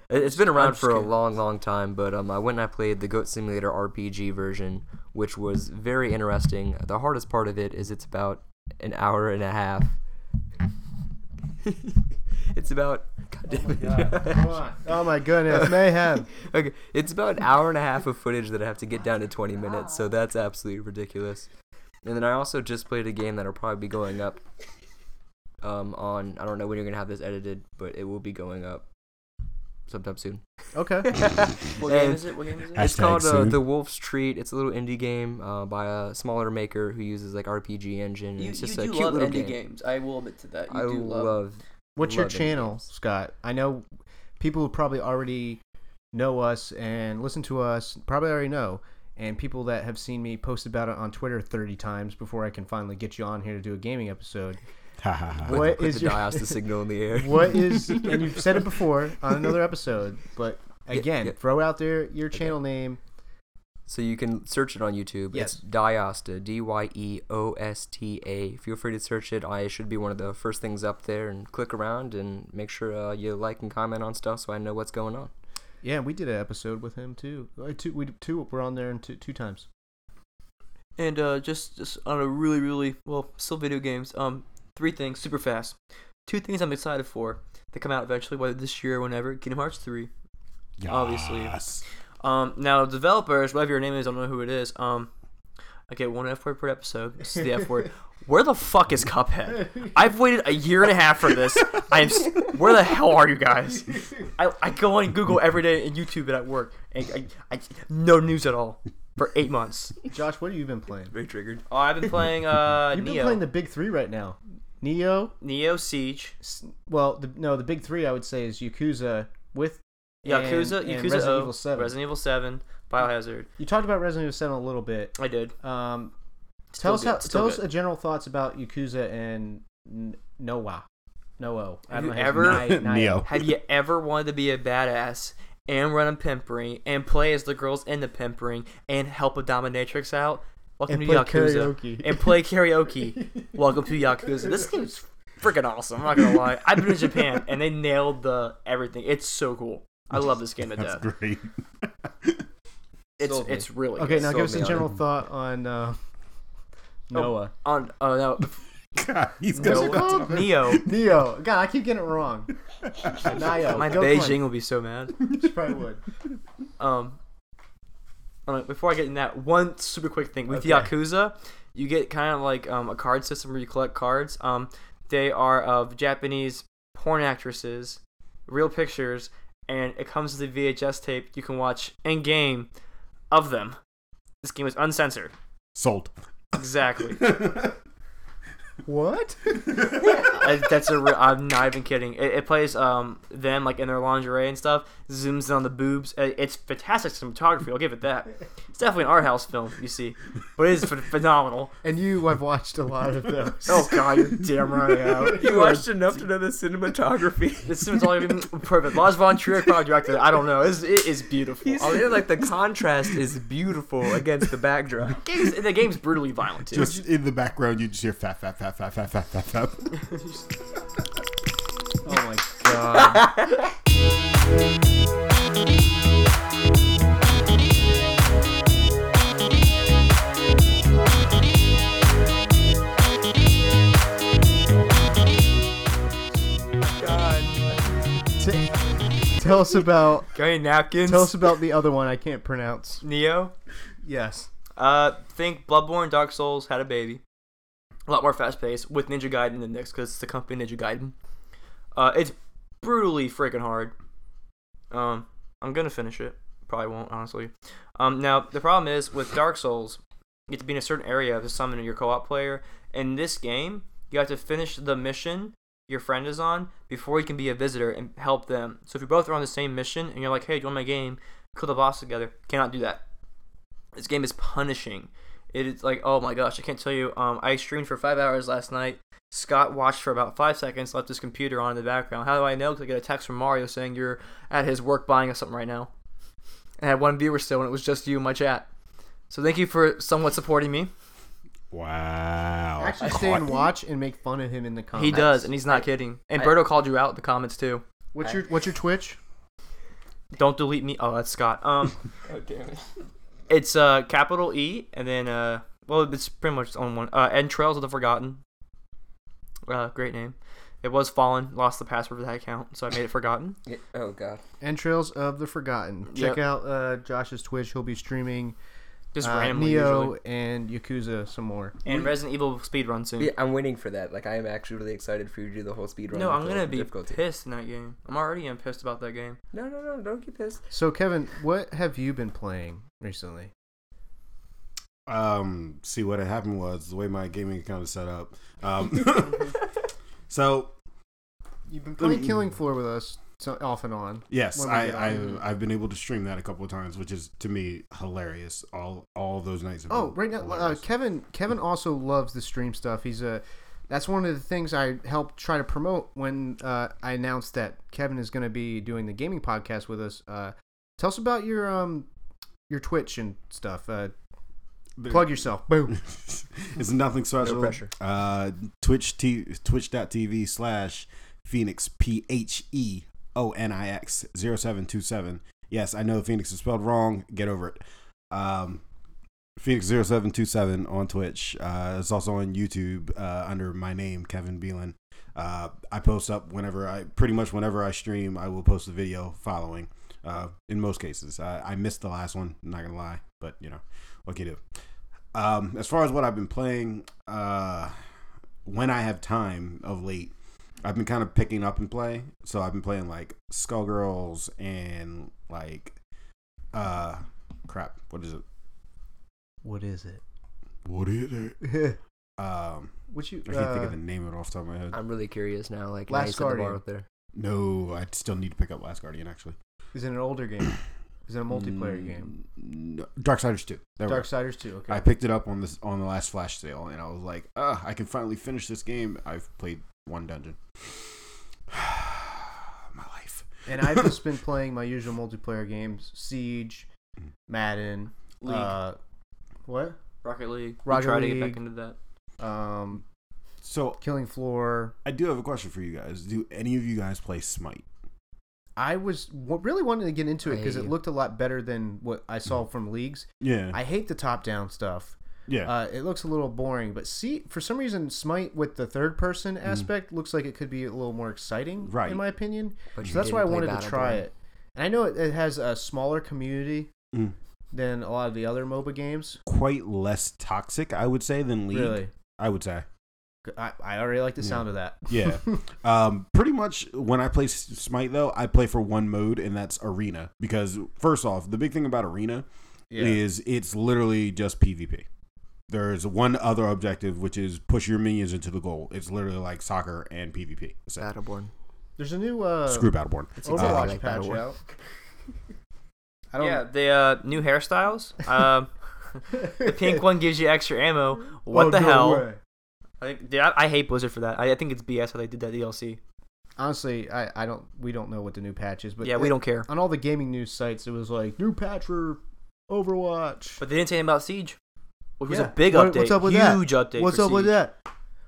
[SPEAKER 3] It- it's been around
[SPEAKER 5] just
[SPEAKER 3] for a
[SPEAKER 5] kidding.
[SPEAKER 3] long, long time, but um, I went and I played the Goat Simulator RPG version, which was very interesting. The hardest part of it is it's about an hour and a half. it's about. God damn it.
[SPEAKER 2] Oh my goodness, mayhem!
[SPEAKER 3] okay, it's about an hour and a half of footage that I have to get down to 20 minutes, so that's absolutely ridiculous. And then I also just played a game that'll probably be going up um, on, I don't know when you're going to have this edited, but it will be going up sometime soon.
[SPEAKER 2] Okay,
[SPEAKER 5] What game
[SPEAKER 3] And-
[SPEAKER 5] is it? What game is it?
[SPEAKER 6] I-
[SPEAKER 3] It's
[SPEAKER 6] Hashtag
[SPEAKER 3] called uh,
[SPEAKER 6] soon.
[SPEAKER 3] The Wolf's Treat. It's a little indie game uh, by a smaller maker who uses like RPG engine.
[SPEAKER 5] You,
[SPEAKER 3] it's
[SPEAKER 5] you
[SPEAKER 3] just
[SPEAKER 5] do
[SPEAKER 3] a cute
[SPEAKER 5] love
[SPEAKER 3] little
[SPEAKER 5] indie
[SPEAKER 3] game.
[SPEAKER 5] games. I will admit to that. You
[SPEAKER 3] I
[SPEAKER 5] do love.
[SPEAKER 3] love.
[SPEAKER 2] what's your
[SPEAKER 3] Love indie
[SPEAKER 2] channel,
[SPEAKER 3] games.
[SPEAKER 2] Scott? I know people who probably already know us and listen to us. Probably already know. and people that have seen me post about it on Twitter 30 times before I can finally get you on here to do a gaming episode.
[SPEAKER 4] Ha ha ha.
[SPEAKER 2] What
[SPEAKER 3] Put
[SPEAKER 2] is
[SPEAKER 3] the
[SPEAKER 2] your
[SPEAKER 3] Dios the signal in the air.
[SPEAKER 2] what is and you've said it before on another episode, but again,
[SPEAKER 3] yeah.
[SPEAKER 2] throw out there your channel name.
[SPEAKER 3] So you can search it on YouTube.
[SPEAKER 2] Yes.
[SPEAKER 3] It's Diosta, D Y E O S T A. Feel free to search it. I should be one of the first things up there and click around and make sure uh, you like and comment on stuff so I know what's going on.
[SPEAKER 2] Yeah, we did an episode with him too. Uh, Two, we two were on there and two, two times.
[SPEAKER 5] And uh, just, just on a really, really well, still video games. Um, three things super fast. Two things I'm excited for that come out eventually, whether this year or whenever. Kingdom Hearts three. Obviously.
[SPEAKER 4] Yes.
[SPEAKER 5] Um, now developers, whatever your name is, I don't know who it is. Um, I get one F word per episode. This is the F word. Where the fuck is Cuphead? I've waited a year and a half for this. I'm. s- Where the hell are you guys? I, I go on Google every day and YouTube it at work, and I, I no news at all for eight months.
[SPEAKER 2] Josh, what have you been playing?
[SPEAKER 3] Very triggered.
[SPEAKER 5] Oh, I've been playing uh
[SPEAKER 2] You've been
[SPEAKER 5] Neo
[SPEAKER 2] playing the big three right now. Neo,
[SPEAKER 5] Neo Siege,
[SPEAKER 2] s- well, the, no, the big three I would say is Yakuza with and-
[SPEAKER 5] Yakuza,
[SPEAKER 2] and
[SPEAKER 5] Yakuza
[SPEAKER 2] Resident
[SPEAKER 5] o,
[SPEAKER 2] Evil Seven.
[SPEAKER 5] Resident Evil Seven, Biohazard.
[SPEAKER 2] you talked about Resident Evil Seven a little bit.
[SPEAKER 5] I did.
[SPEAKER 2] Um,
[SPEAKER 5] Still
[SPEAKER 2] tell us
[SPEAKER 5] good,
[SPEAKER 2] how,
[SPEAKER 5] still
[SPEAKER 2] tell us
[SPEAKER 5] good.
[SPEAKER 2] a general thoughts about Yakuza and N- Noah. Noah. I don't
[SPEAKER 5] Have you
[SPEAKER 2] know how
[SPEAKER 5] ever-
[SPEAKER 2] say it. Ni-
[SPEAKER 4] Neo.
[SPEAKER 5] Have you ever wanted to be a badass and run a pimp ring and play as the girls in the pimp ring and help a dominatrix out? Welcome
[SPEAKER 2] And play
[SPEAKER 5] to Yakuza.
[SPEAKER 2] karaoke.
[SPEAKER 5] And play karaoke. Welcome to Yakuza. This game's freaking awesome. I'm not gonna lie. I've been in Japan and they nailed the everything. It's so cool. I love this game to
[SPEAKER 4] That's
[SPEAKER 5] death.
[SPEAKER 4] great.
[SPEAKER 5] It's
[SPEAKER 3] Sold me.
[SPEAKER 5] it's really
[SPEAKER 2] Okay,
[SPEAKER 5] good.
[SPEAKER 2] now
[SPEAKER 3] so
[SPEAKER 2] give us a
[SPEAKER 3] many.
[SPEAKER 2] general thought on uh,
[SPEAKER 5] Oh.
[SPEAKER 2] Noah.
[SPEAKER 5] on oh no
[SPEAKER 4] God, he's
[SPEAKER 2] What's
[SPEAKER 4] gonna
[SPEAKER 2] it called?
[SPEAKER 5] Neo.
[SPEAKER 2] Neo. God, I keep getting it wrong. Nio.
[SPEAKER 5] My
[SPEAKER 2] Go
[SPEAKER 5] Beijing will be so mad.
[SPEAKER 2] Clint. She probably would.
[SPEAKER 5] Um, all right, before I get in that, one super quick thing with
[SPEAKER 2] Okay.
[SPEAKER 5] Yakuza, you get kind of like um, a card system where you collect cards. Um, they are of Japanese porn actresses, real pictures, and it comes with a VHS tape you can watch in game of them. This game is uncensored.
[SPEAKER 4] sold.
[SPEAKER 5] Exactly.
[SPEAKER 2] What?
[SPEAKER 5] I, that's a. Re- I'm not even kidding. It, it plays um them like in their lingerie and stuff. Zooms in on the boobs. Uh, It's fantastic cinematography. I'll give it that. It's definitely an art house film. You see, but it is ph- phenomenal.
[SPEAKER 2] And you, I've watched a lot of those.
[SPEAKER 5] Oh God, you're damn right. Out.
[SPEAKER 3] You watched enough to know the cinematography.
[SPEAKER 5] This is all even perfect. Lars von Trier probably directed it. I don't know. It's, it is beautiful. I
[SPEAKER 3] oh,
[SPEAKER 5] mean,
[SPEAKER 3] yeah, like the contrast is beautiful against the backdrop.
[SPEAKER 5] the game's, the game's brutally violent too.
[SPEAKER 4] Just in the background, you just hear fat, fat, fat, fat, fat, fat, fat, fat.
[SPEAKER 2] Oh my
[SPEAKER 3] God.
[SPEAKER 2] T- tell us about
[SPEAKER 5] Okay, napkins.
[SPEAKER 2] tell us about the other one I can't pronounce.
[SPEAKER 5] Neo.
[SPEAKER 2] Yes.
[SPEAKER 5] Uh, think Bloodborne, Dark Souls had a baby. A lot more fast paced with Ninja Gaiden in the mix because it's the company Ninja Gaiden. Uh, it's brutally freaking hard. Um, I'm gonna finish it. Probably won't honestly. Um, now the problem is with Dark Souls, you have to be in a certain area to summon your co-op player. In this game, you have to finish the mission your friend is on before you can be a visitor and help them. So if you both are on the same mission and you're like, "Hey, join my game, kill the boss together," cannot do that this game is punishing. It is like, oh my gosh, I can't tell you. Um, I streamed for five hours last night. Scott watched for about five seconds, left his computer on in the background. How do I know? Because I get a text from Mario saying you're at his work buying us something right now. And I had one viewer still, and it was just you in my chat. So thank you for somewhat supporting me.
[SPEAKER 4] Wow.
[SPEAKER 2] Actually, stay and watch and make fun of him in the
[SPEAKER 5] Oh, He
[SPEAKER 2] comments.
[SPEAKER 5] does, and he's not kidding. And
[SPEAKER 3] Oh, I-
[SPEAKER 5] Berto called you out in the comments too.
[SPEAKER 2] What's your What's your Twitch?
[SPEAKER 5] Don't delete me. Oh, that's Scott. Um,
[SPEAKER 3] Oh, damn it.
[SPEAKER 5] it's uh capital E and then uh well it's pretty much its own one. Uh and Trails of the Forgotten. Uh great name. It was Fallen, lost the password for that account, so I made it forgotten.
[SPEAKER 3] Yeah, Oh, God.
[SPEAKER 2] Entrails of the Forgotten. Check
[SPEAKER 5] Yep.
[SPEAKER 2] out uh, Josh's Twitch. He'll be streaming
[SPEAKER 5] Just
[SPEAKER 2] uh,
[SPEAKER 5] randomly
[SPEAKER 2] Neo
[SPEAKER 5] usually.
[SPEAKER 2] and Yakuza some more.
[SPEAKER 5] And Resident Evil speedrun soon.
[SPEAKER 3] Yeah, I'm waiting for that. Like, I am actually really excited for you to do the whole speed run.
[SPEAKER 5] No,
[SPEAKER 3] with
[SPEAKER 5] I'm
[SPEAKER 3] the
[SPEAKER 5] gonna be
[SPEAKER 3] difficulty.
[SPEAKER 5] pissed in that game. I'm already am pissed about that game.
[SPEAKER 3] No, no, no, don't get pissed.
[SPEAKER 2] So, Kevin, what have you been playing recently?
[SPEAKER 4] Um, see what had happened was the way my gaming account is set up. Um, so
[SPEAKER 2] You've been
[SPEAKER 4] Let me-
[SPEAKER 2] playing Killing Floor with us so off and on.
[SPEAKER 6] Yes,
[SPEAKER 2] When we
[SPEAKER 6] I,
[SPEAKER 2] get
[SPEAKER 6] I
[SPEAKER 2] on.
[SPEAKER 6] I've been able to stream that a couple of times, which is to me hilarious. All all those nights. have
[SPEAKER 2] Oh,
[SPEAKER 6] been
[SPEAKER 2] right now, uh,
[SPEAKER 6] hilarious.
[SPEAKER 2] Kevin. Kevin also loves the stream stuff. He's a. That's one of the things I helped try to promote when uh, I announced that Kevin is going to be doing the gaming podcast with us. Uh, tell us about your um your Twitch and stuff. Uh, plug yourself. Boom.
[SPEAKER 6] it's nothing special.
[SPEAKER 3] pressure.
[SPEAKER 6] Uh, Twitch t- twitch.tv slash Phoenix P H E O N I X 0727. Yes, I know Phoenix is spelled wrong. Get over it. Um, Phoenix 0727 on Twitch. Uh, it's also on YouTube uh, under my name, Kevin Beelan. Uh, I post up whenever I pretty much whenever I stream, I will post a video following. Uh, in most cases, I, I missed the last one. Not gonna lie, but you know what can you do. Um, as far as what I've been playing, uh, when I have time of late, I've been kind of picking up and play. So I've been playing like Skullgirls and like, uh, crap. What is it?
[SPEAKER 2] What is it?
[SPEAKER 6] What is it? Um,
[SPEAKER 2] What you?
[SPEAKER 6] I can't think
[SPEAKER 2] uh,
[SPEAKER 6] of the name of it off the top of my head.
[SPEAKER 3] I'm really curious now. Like,
[SPEAKER 2] Last
[SPEAKER 3] how you set the bar
[SPEAKER 2] Guardian.
[SPEAKER 3] up there.
[SPEAKER 6] No, I still need to pick up Last Guardian actually.
[SPEAKER 2] Is it an older game? Is it a multiplayer game?
[SPEAKER 6] Mm, No, Darksiders 2. There we go.
[SPEAKER 2] Darksiders 2. Okay.
[SPEAKER 6] I picked it up on this on the last flash sale, and I was like, "Ah, I can finally finish this game." I've played one dungeon. My life.
[SPEAKER 2] and I've just been playing my usual multiplayer games: Siege,
[SPEAKER 6] Mm.
[SPEAKER 2] Madden,
[SPEAKER 5] League,
[SPEAKER 2] Uh, what?
[SPEAKER 5] Rocket League.
[SPEAKER 2] Rocket
[SPEAKER 5] we try to get
[SPEAKER 2] League.
[SPEAKER 5] back into that.
[SPEAKER 2] Um,
[SPEAKER 6] So
[SPEAKER 2] Killing Floor.
[SPEAKER 6] I do have a question for you guys. Do any of you guys play Smite?
[SPEAKER 2] I was w- really wanted to get into it because
[SPEAKER 3] I-
[SPEAKER 2] it looked a lot better than what I saw from leagues.
[SPEAKER 6] Mm. Yeah,
[SPEAKER 2] I hate the top-down stuff.
[SPEAKER 6] yeah.
[SPEAKER 2] Uh, it looks a little boring, but see, for some reason, Smite with the third-person aspect looks like it could be a little more exciting,
[SPEAKER 6] Mm. Right.
[SPEAKER 2] In my opinion,
[SPEAKER 3] But
[SPEAKER 2] so
[SPEAKER 3] you
[SPEAKER 2] that's why I
[SPEAKER 3] didn't play
[SPEAKER 2] wanted to
[SPEAKER 3] Battleborn.
[SPEAKER 2] try it. And I know it, it has a smaller community
[SPEAKER 6] Mm.
[SPEAKER 2] than a lot of the other MOBA games.
[SPEAKER 6] Quite less toxic, I would say, than League.
[SPEAKER 2] Really,
[SPEAKER 6] I would say.
[SPEAKER 2] I, I already like the
[SPEAKER 6] Yeah.
[SPEAKER 2] sound of that.
[SPEAKER 6] Yeah. Um, pretty much when I play S- Smite, though, I play for one mode, and that's Arena. Because first off, the big thing about Arena
[SPEAKER 2] yeah.
[SPEAKER 6] is it's literally just PvP. There's one other objective, which is push your minions into the goal. It's literally like soccer and PvP. That's it.
[SPEAKER 3] Battleborn.
[SPEAKER 2] There's a new uh,
[SPEAKER 6] Screw Battleborn.
[SPEAKER 3] It's
[SPEAKER 2] Overwatch
[SPEAKER 6] exactly
[SPEAKER 3] like
[SPEAKER 2] patch
[SPEAKER 3] Battleborn.
[SPEAKER 2] out. I don't.
[SPEAKER 5] Yeah, the uh, new hairstyles. Um, the pink one gives you extra ammo. What
[SPEAKER 2] Oh,
[SPEAKER 5] the
[SPEAKER 2] no
[SPEAKER 5] hell?
[SPEAKER 2] way.
[SPEAKER 5] I think dude, I, I hate Blizzard for that. I, I think it's BS how they did that DLC.
[SPEAKER 2] Honestly, I, I don't. We don't know what the new patch is, but
[SPEAKER 5] yeah, we
[SPEAKER 2] it-
[SPEAKER 5] don't care.
[SPEAKER 2] On all the gaming news sites, it was like new patch for Overwatch.
[SPEAKER 5] But they didn't say anything about Siege, which was
[SPEAKER 2] Yeah.
[SPEAKER 5] a big
[SPEAKER 2] What-
[SPEAKER 5] update.
[SPEAKER 2] What's up with that?
[SPEAKER 5] huge update.
[SPEAKER 2] What's
[SPEAKER 5] for
[SPEAKER 2] up with
[SPEAKER 5] Siege.
[SPEAKER 2] that?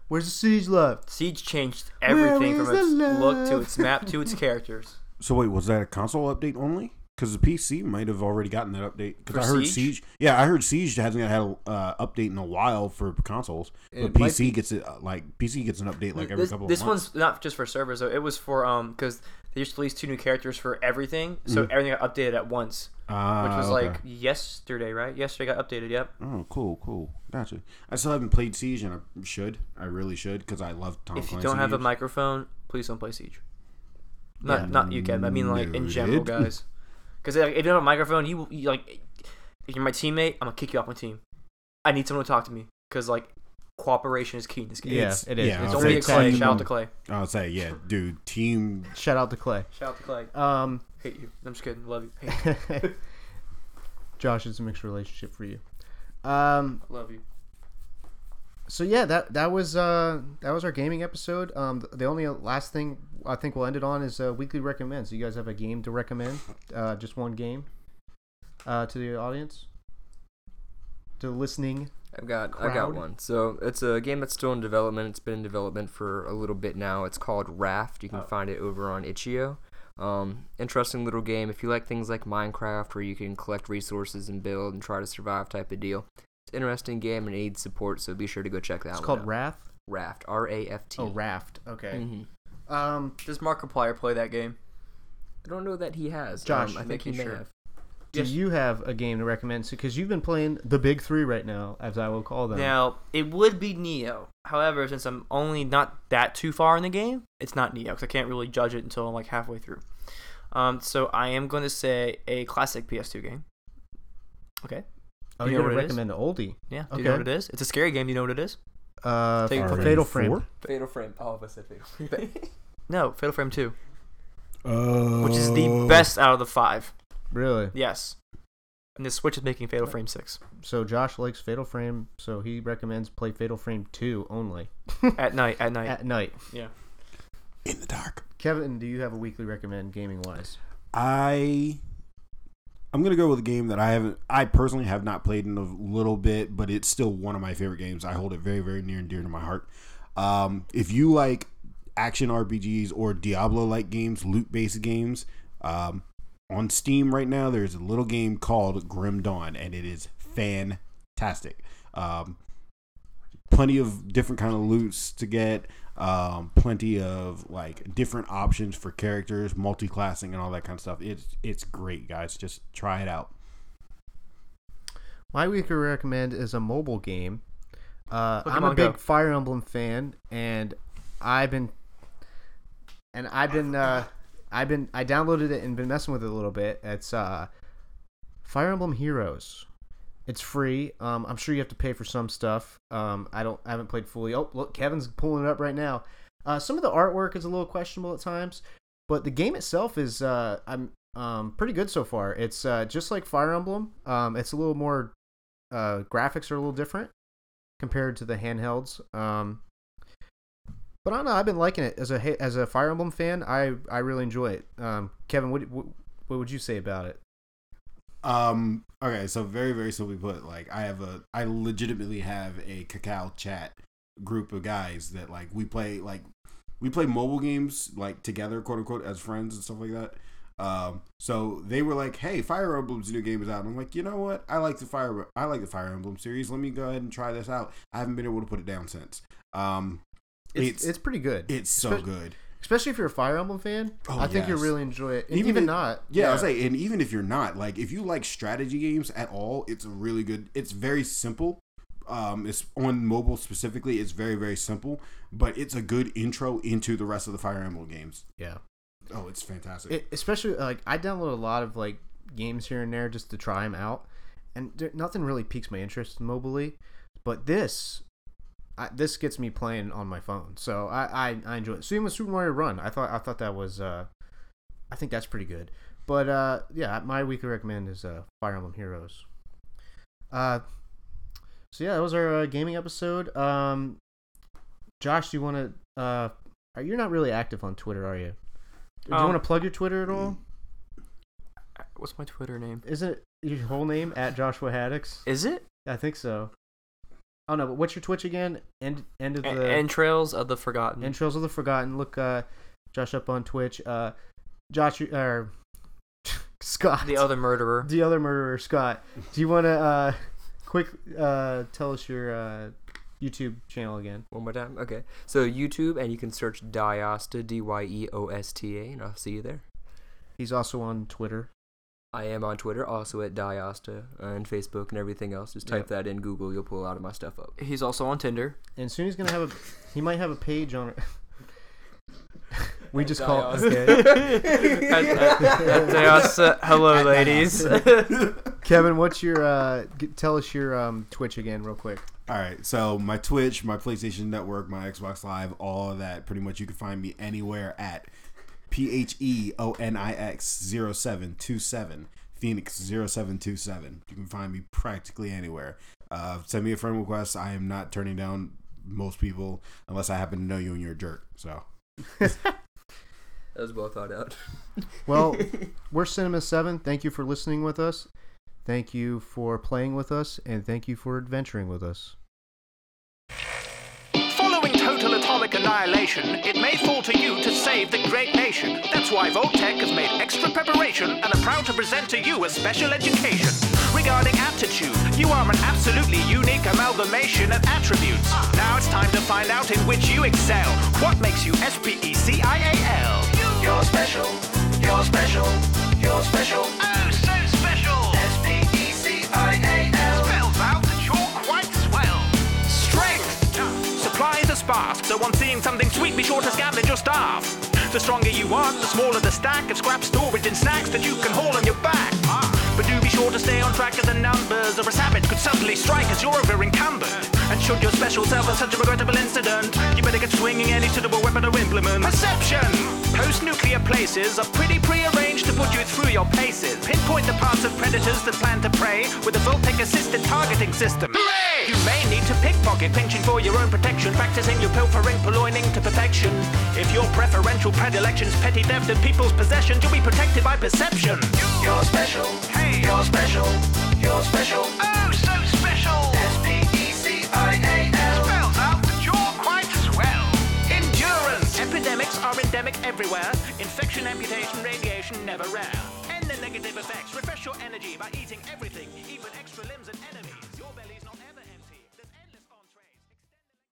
[SPEAKER 2] Where's the siege left?
[SPEAKER 5] Siege changed
[SPEAKER 2] Where
[SPEAKER 5] everything from
[SPEAKER 2] is
[SPEAKER 5] its
[SPEAKER 2] the
[SPEAKER 5] look to
[SPEAKER 2] love?
[SPEAKER 5] its map to its characters.
[SPEAKER 6] So wait, was that a console update only? Because the PC might have already gotten that update. Because I
[SPEAKER 5] For
[SPEAKER 6] heard
[SPEAKER 5] Siege?
[SPEAKER 6] Siege? Yeah, I heard Siege hasn't had an uh, update in a while for consoles.
[SPEAKER 2] It
[SPEAKER 6] But
[SPEAKER 2] might
[SPEAKER 6] PC gets it uh, like PC gets an update like every
[SPEAKER 5] this
[SPEAKER 6] couple of
[SPEAKER 5] this
[SPEAKER 6] months.
[SPEAKER 5] one's not just for servers though. It was for um because they just released two new characters for everything, so everything got updated at once,
[SPEAKER 6] Mm. Ah,
[SPEAKER 5] which was
[SPEAKER 6] okay.
[SPEAKER 5] like yesterday, right? Yesterday got updated. Yep.
[SPEAKER 6] oh cool, cool, gotcha. I still haven't played Siege, and I should. I really should because I love Tom.
[SPEAKER 5] if you
[SPEAKER 6] Clancy
[SPEAKER 5] don't have a
[SPEAKER 6] games.
[SPEAKER 5] microphone, please don't play Siege. Not not you can. I mean like in general,
[SPEAKER 6] Noted.
[SPEAKER 5] guys. Because like, if you don't have a microphone, you, you like if you're my teammate, I'm gonna kick you off my team. I need someone to talk to me because like cooperation is key in this game.
[SPEAKER 2] Yeah,
[SPEAKER 6] It's-
[SPEAKER 2] it is.
[SPEAKER 6] yeah,
[SPEAKER 2] it's
[SPEAKER 5] It's
[SPEAKER 6] I'll
[SPEAKER 2] only
[SPEAKER 5] only
[SPEAKER 6] say
[SPEAKER 5] to
[SPEAKER 2] a
[SPEAKER 5] Clay.
[SPEAKER 6] it's
[SPEAKER 2] clay.
[SPEAKER 6] team-
[SPEAKER 5] Shout out to Clay.
[SPEAKER 6] I'll say, yeah, dude, team.
[SPEAKER 2] Shout out to Clay.
[SPEAKER 5] Shout out to Clay.
[SPEAKER 2] Um,
[SPEAKER 5] Hate you. I'm just kidding. Love you. Hate
[SPEAKER 2] Josh, it's a mixed relationship for you. Um,
[SPEAKER 5] you. Love you.
[SPEAKER 2] so yeah, that that was uh that was our gaming episode. Um, the only last thing I think we'll end it on is uh, weekly recommends. You guys have a game to recommend? Uh, just one game. Uh, to the audience, to the listening.
[SPEAKER 3] I've got I
[SPEAKER 2] crowd.
[SPEAKER 3] got one. So it's a game that's still in development. It's been in development for a little bit now. It's called Raft. You
[SPEAKER 2] Oh.
[SPEAKER 3] can find it over on itch.io. Um, interesting little game. If you like things like Minecraft, where you can collect resources and build and try to survive, type of deal. It's an interesting game and it needs support. So be sure to go check that
[SPEAKER 2] It's
[SPEAKER 3] one
[SPEAKER 2] called
[SPEAKER 3] out.
[SPEAKER 2] Wrath.
[SPEAKER 3] Raft. R A F T.
[SPEAKER 2] Oh, Raft. Okay.
[SPEAKER 3] Mhm.
[SPEAKER 2] Um,
[SPEAKER 5] Does Markiplier play that game?
[SPEAKER 3] I don't know that he has.
[SPEAKER 2] Josh,
[SPEAKER 3] um, I think he
[SPEAKER 5] making
[SPEAKER 3] may
[SPEAKER 5] sure.
[SPEAKER 3] have.
[SPEAKER 2] do
[SPEAKER 5] Yes.
[SPEAKER 2] you have a game to recommend? Because you've been playing the big three right now, as I will call them.
[SPEAKER 5] Now it would be Neo. However, since I'm only not that too far in the game, it's not Neo because I can't really judge it until I'm like halfway through. Um, so I am going to say a classic PS2 game. Okay.
[SPEAKER 2] oh,
[SPEAKER 5] you
[SPEAKER 2] you're
[SPEAKER 5] know
[SPEAKER 2] gonna
[SPEAKER 5] what it is?
[SPEAKER 2] recommend an oldie.
[SPEAKER 5] Yeah. Do you know
[SPEAKER 2] Okay.
[SPEAKER 5] what it is? It's a scary game. Do you know what it is?
[SPEAKER 2] Uh,
[SPEAKER 5] Take
[SPEAKER 2] Fatal
[SPEAKER 6] Alright.
[SPEAKER 2] Frame.
[SPEAKER 6] Four?
[SPEAKER 3] Fatal Frame. All of us said Fatal Frame.
[SPEAKER 5] No, Fatal Frame 2.
[SPEAKER 6] Oh.
[SPEAKER 7] which is the best out of the five.
[SPEAKER 2] Really?
[SPEAKER 7] Yes. And the Switch is making Fatal Frame 6
[SPEAKER 2] So Josh likes Fatal Frame, so he recommends play Fatal Frame 2 only
[SPEAKER 7] at night. At night.
[SPEAKER 2] at night.
[SPEAKER 6] in the dark.
[SPEAKER 2] Kevin, do you have a weekly recommend gaming wise?
[SPEAKER 6] I I'm gonna go with a game that I haven't I personally have not played in a little bit, but it's still one of my favorite games. I hold it very, very near and dear to my heart. Um, if you like action RPGs or Diablo like games, loot based games, um, on Steam right now there's a little game called Grim Dawn and it is fantastic. Um, plenty of different kind of loots to get um, plenty of like different options for characters multi-classing and all that kind of stuff it's it's great guys just try it out
[SPEAKER 2] My weekly recommend is a mobile game. Uh, I'm a
[SPEAKER 7] Pokemon Go.
[SPEAKER 2] big Fire Emblem fan, and I've been, and I've been, uh, I've been, I downloaded it and been messing with it a little bit. It's uh, Fire Emblem Heroes. It's free. Um, I'm sure you have to pay for some stuff. Um, I don't, I haven't played fully. Oh, look, Kevin's pulling it up right now. Uh, some of the artwork is a little questionable at times, but the game itself is, uh, I'm, um, pretty good so far. It's uh, just like Fire Emblem. Um, it's a little more uh, graphics are a little different compared to the handhelds. Um, but I don't know. I've been liking it as a ha- as a Fire Emblem fan. I I really enjoy it. Um, Kevin, what, what what would you say about it?
[SPEAKER 6] um okay so very very simply put like i have a i legitimately have a cacao chat group of guys that like we play like we play mobile games like together quote unquote as friends and stuff like that um so they were like hey fire emblem's new game is out and i'm like you know what i like the fire i like the fire emblem series let me go ahead and try this out i haven't been able to put it down since um
[SPEAKER 2] It's it's,
[SPEAKER 6] It's-
[SPEAKER 2] pretty good.
[SPEAKER 6] it's so
[SPEAKER 2] Especially-
[SPEAKER 6] good
[SPEAKER 2] especially if you're a Fire Emblem fan.
[SPEAKER 6] Oh,
[SPEAKER 2] I think you'll
[SPEAKER 6] yes.
[SPEAKER 2] really enjoy it. And even,
[SPEAKER 6] if-
[SPEAKER 2] not,
[SPEAKER 6] Yeah, I was like, and even if you're not, like, if you like strategy games at all, it's a really good. It's very simple. Um, it's on mobile specifically. It's very very simple, but it's a good intro into the rest of the Fire Emblem games.
[SPEAKER 2] yeah.
[SPEAKER 6] Oh, it's fantastic.
[SPEAKER 2] It, especially like I download a lot of like games here and there just to try them out, and there, nothing really piques my interest mobily. But this, I, this gets me playing on my phone, so I I, I enjoy it. Same with Super Mario Run. I thought I thought that was uh, I think that's pretty good. But uh, yeah, my weekly recommend is uh, Fire Emblem Heroes. Uh, so yeah, that was our uh, gaming episode. Um, Josh, do you want to? Uh, are- you're not really active on Twitter, are you? Do you
[SPEAKER 7] Um,
[SPEAKER 2] want to plug your Twitter at all?
[SPEAKER 5] Uh, What's my Twitter name?
[SPEAKER 2] Isn't it your whole name at Joshua Haddocks?
[SPEAKER 5] Is it?
[SPEAKER 2] I think so. Oh no, but what's your Twitch again? End end of
[SPEAKER 5] A-
[SPEAKER 2] the
[SPEAKER 5] Entrails of the Forgotten.
[SPEAKER 2] entrails of the forgotten. Look, uh, Josh up on Twitch. Uh, Josh or Scott,
[SPEAKER 5] the other murderer.
[SPEAKER 2] the other murderer, Scott. Do you want to uh, quick uh, tell us your uh, YouTube channel again?
[SPEAKER 3] One more time. Okay. So YouTube, and you can search Diosta, D Y E O S T A, and I'll see you there.
[SPEAKER 2] He's also on Twitter.
[SPEAKER 3] I am on Twitter, also at Diosta, uh, and Facebook and everything else. Just type that in Google, you'll pull a lot of my stuff up.
[SPEAKER 5] He's also on Tinder.
[SPEAKER 2] and soon he's gonna have a he might have a page on we just
[SPEAKER 3] Die
[SPEAKER 2] call
[SPEAKER 3] off.
[SPEAKER 2] okay
[SPEAKER 5] uh, hello, ladies.
[SPEAKER 2] kevin what's your uh g- tell us your um twitch again real quick
[SPEAKER 6] All right, so my Twitch, my PlayStation Network, my Xbox Live, all of that, pretty much you can find me anywhere at P H E O N I X 0727, Phoenix 0727. You can find me practically anywhere. Uh, send me a friend request. I am not turning down most people unless I happen to know you and you're a jerk. So,
[SPEAKER 3] That was well thought out.
[SPEAKER 2] well we're cinema 7 thank you for listening with us thank you for playing with us and thank you for adventuring with us
[SPEAKER 1] Following total atomic annihilation, it may fall to you to save the great nation. That's why Voltech has made extra preparation and are proud to present to you a special education. Regarding aptitude, you are an absolutely unique amalgamation of attributes. Now it's time to find out in which you excel. What makes you E S-P-E-C-I-A-L? You're special. You're special. You're special. E Oh, so special. S-P-E-C-I-A-L. Spells out that you're quite swell strength. Supplies are sparse, so on seeing something sweet, be sure to scavenge your staff. The stronger you are, the smaller the stack of scrap storage and snacks that you can haul on your back. Ah, But do be sure to stay on track of the numbers, or a savage could suddenly strike as you're over encumbered. And should your special self have such a regrettable incident, you better get swinging any suitable weapon or implement. Perception! Post nuclear places are pretty prearranged to put you through your paces. Pinpoint the parts of predators that plan to prey with a Voltec assisted targeting system. You may need to pickpocket, pinching for your own protection, practicing your pilfering, purloining to perfection. If your preferential predilection's petty theft of people's possessions, you'll be protected by perception. You're special. E Hey. You're special. You're special.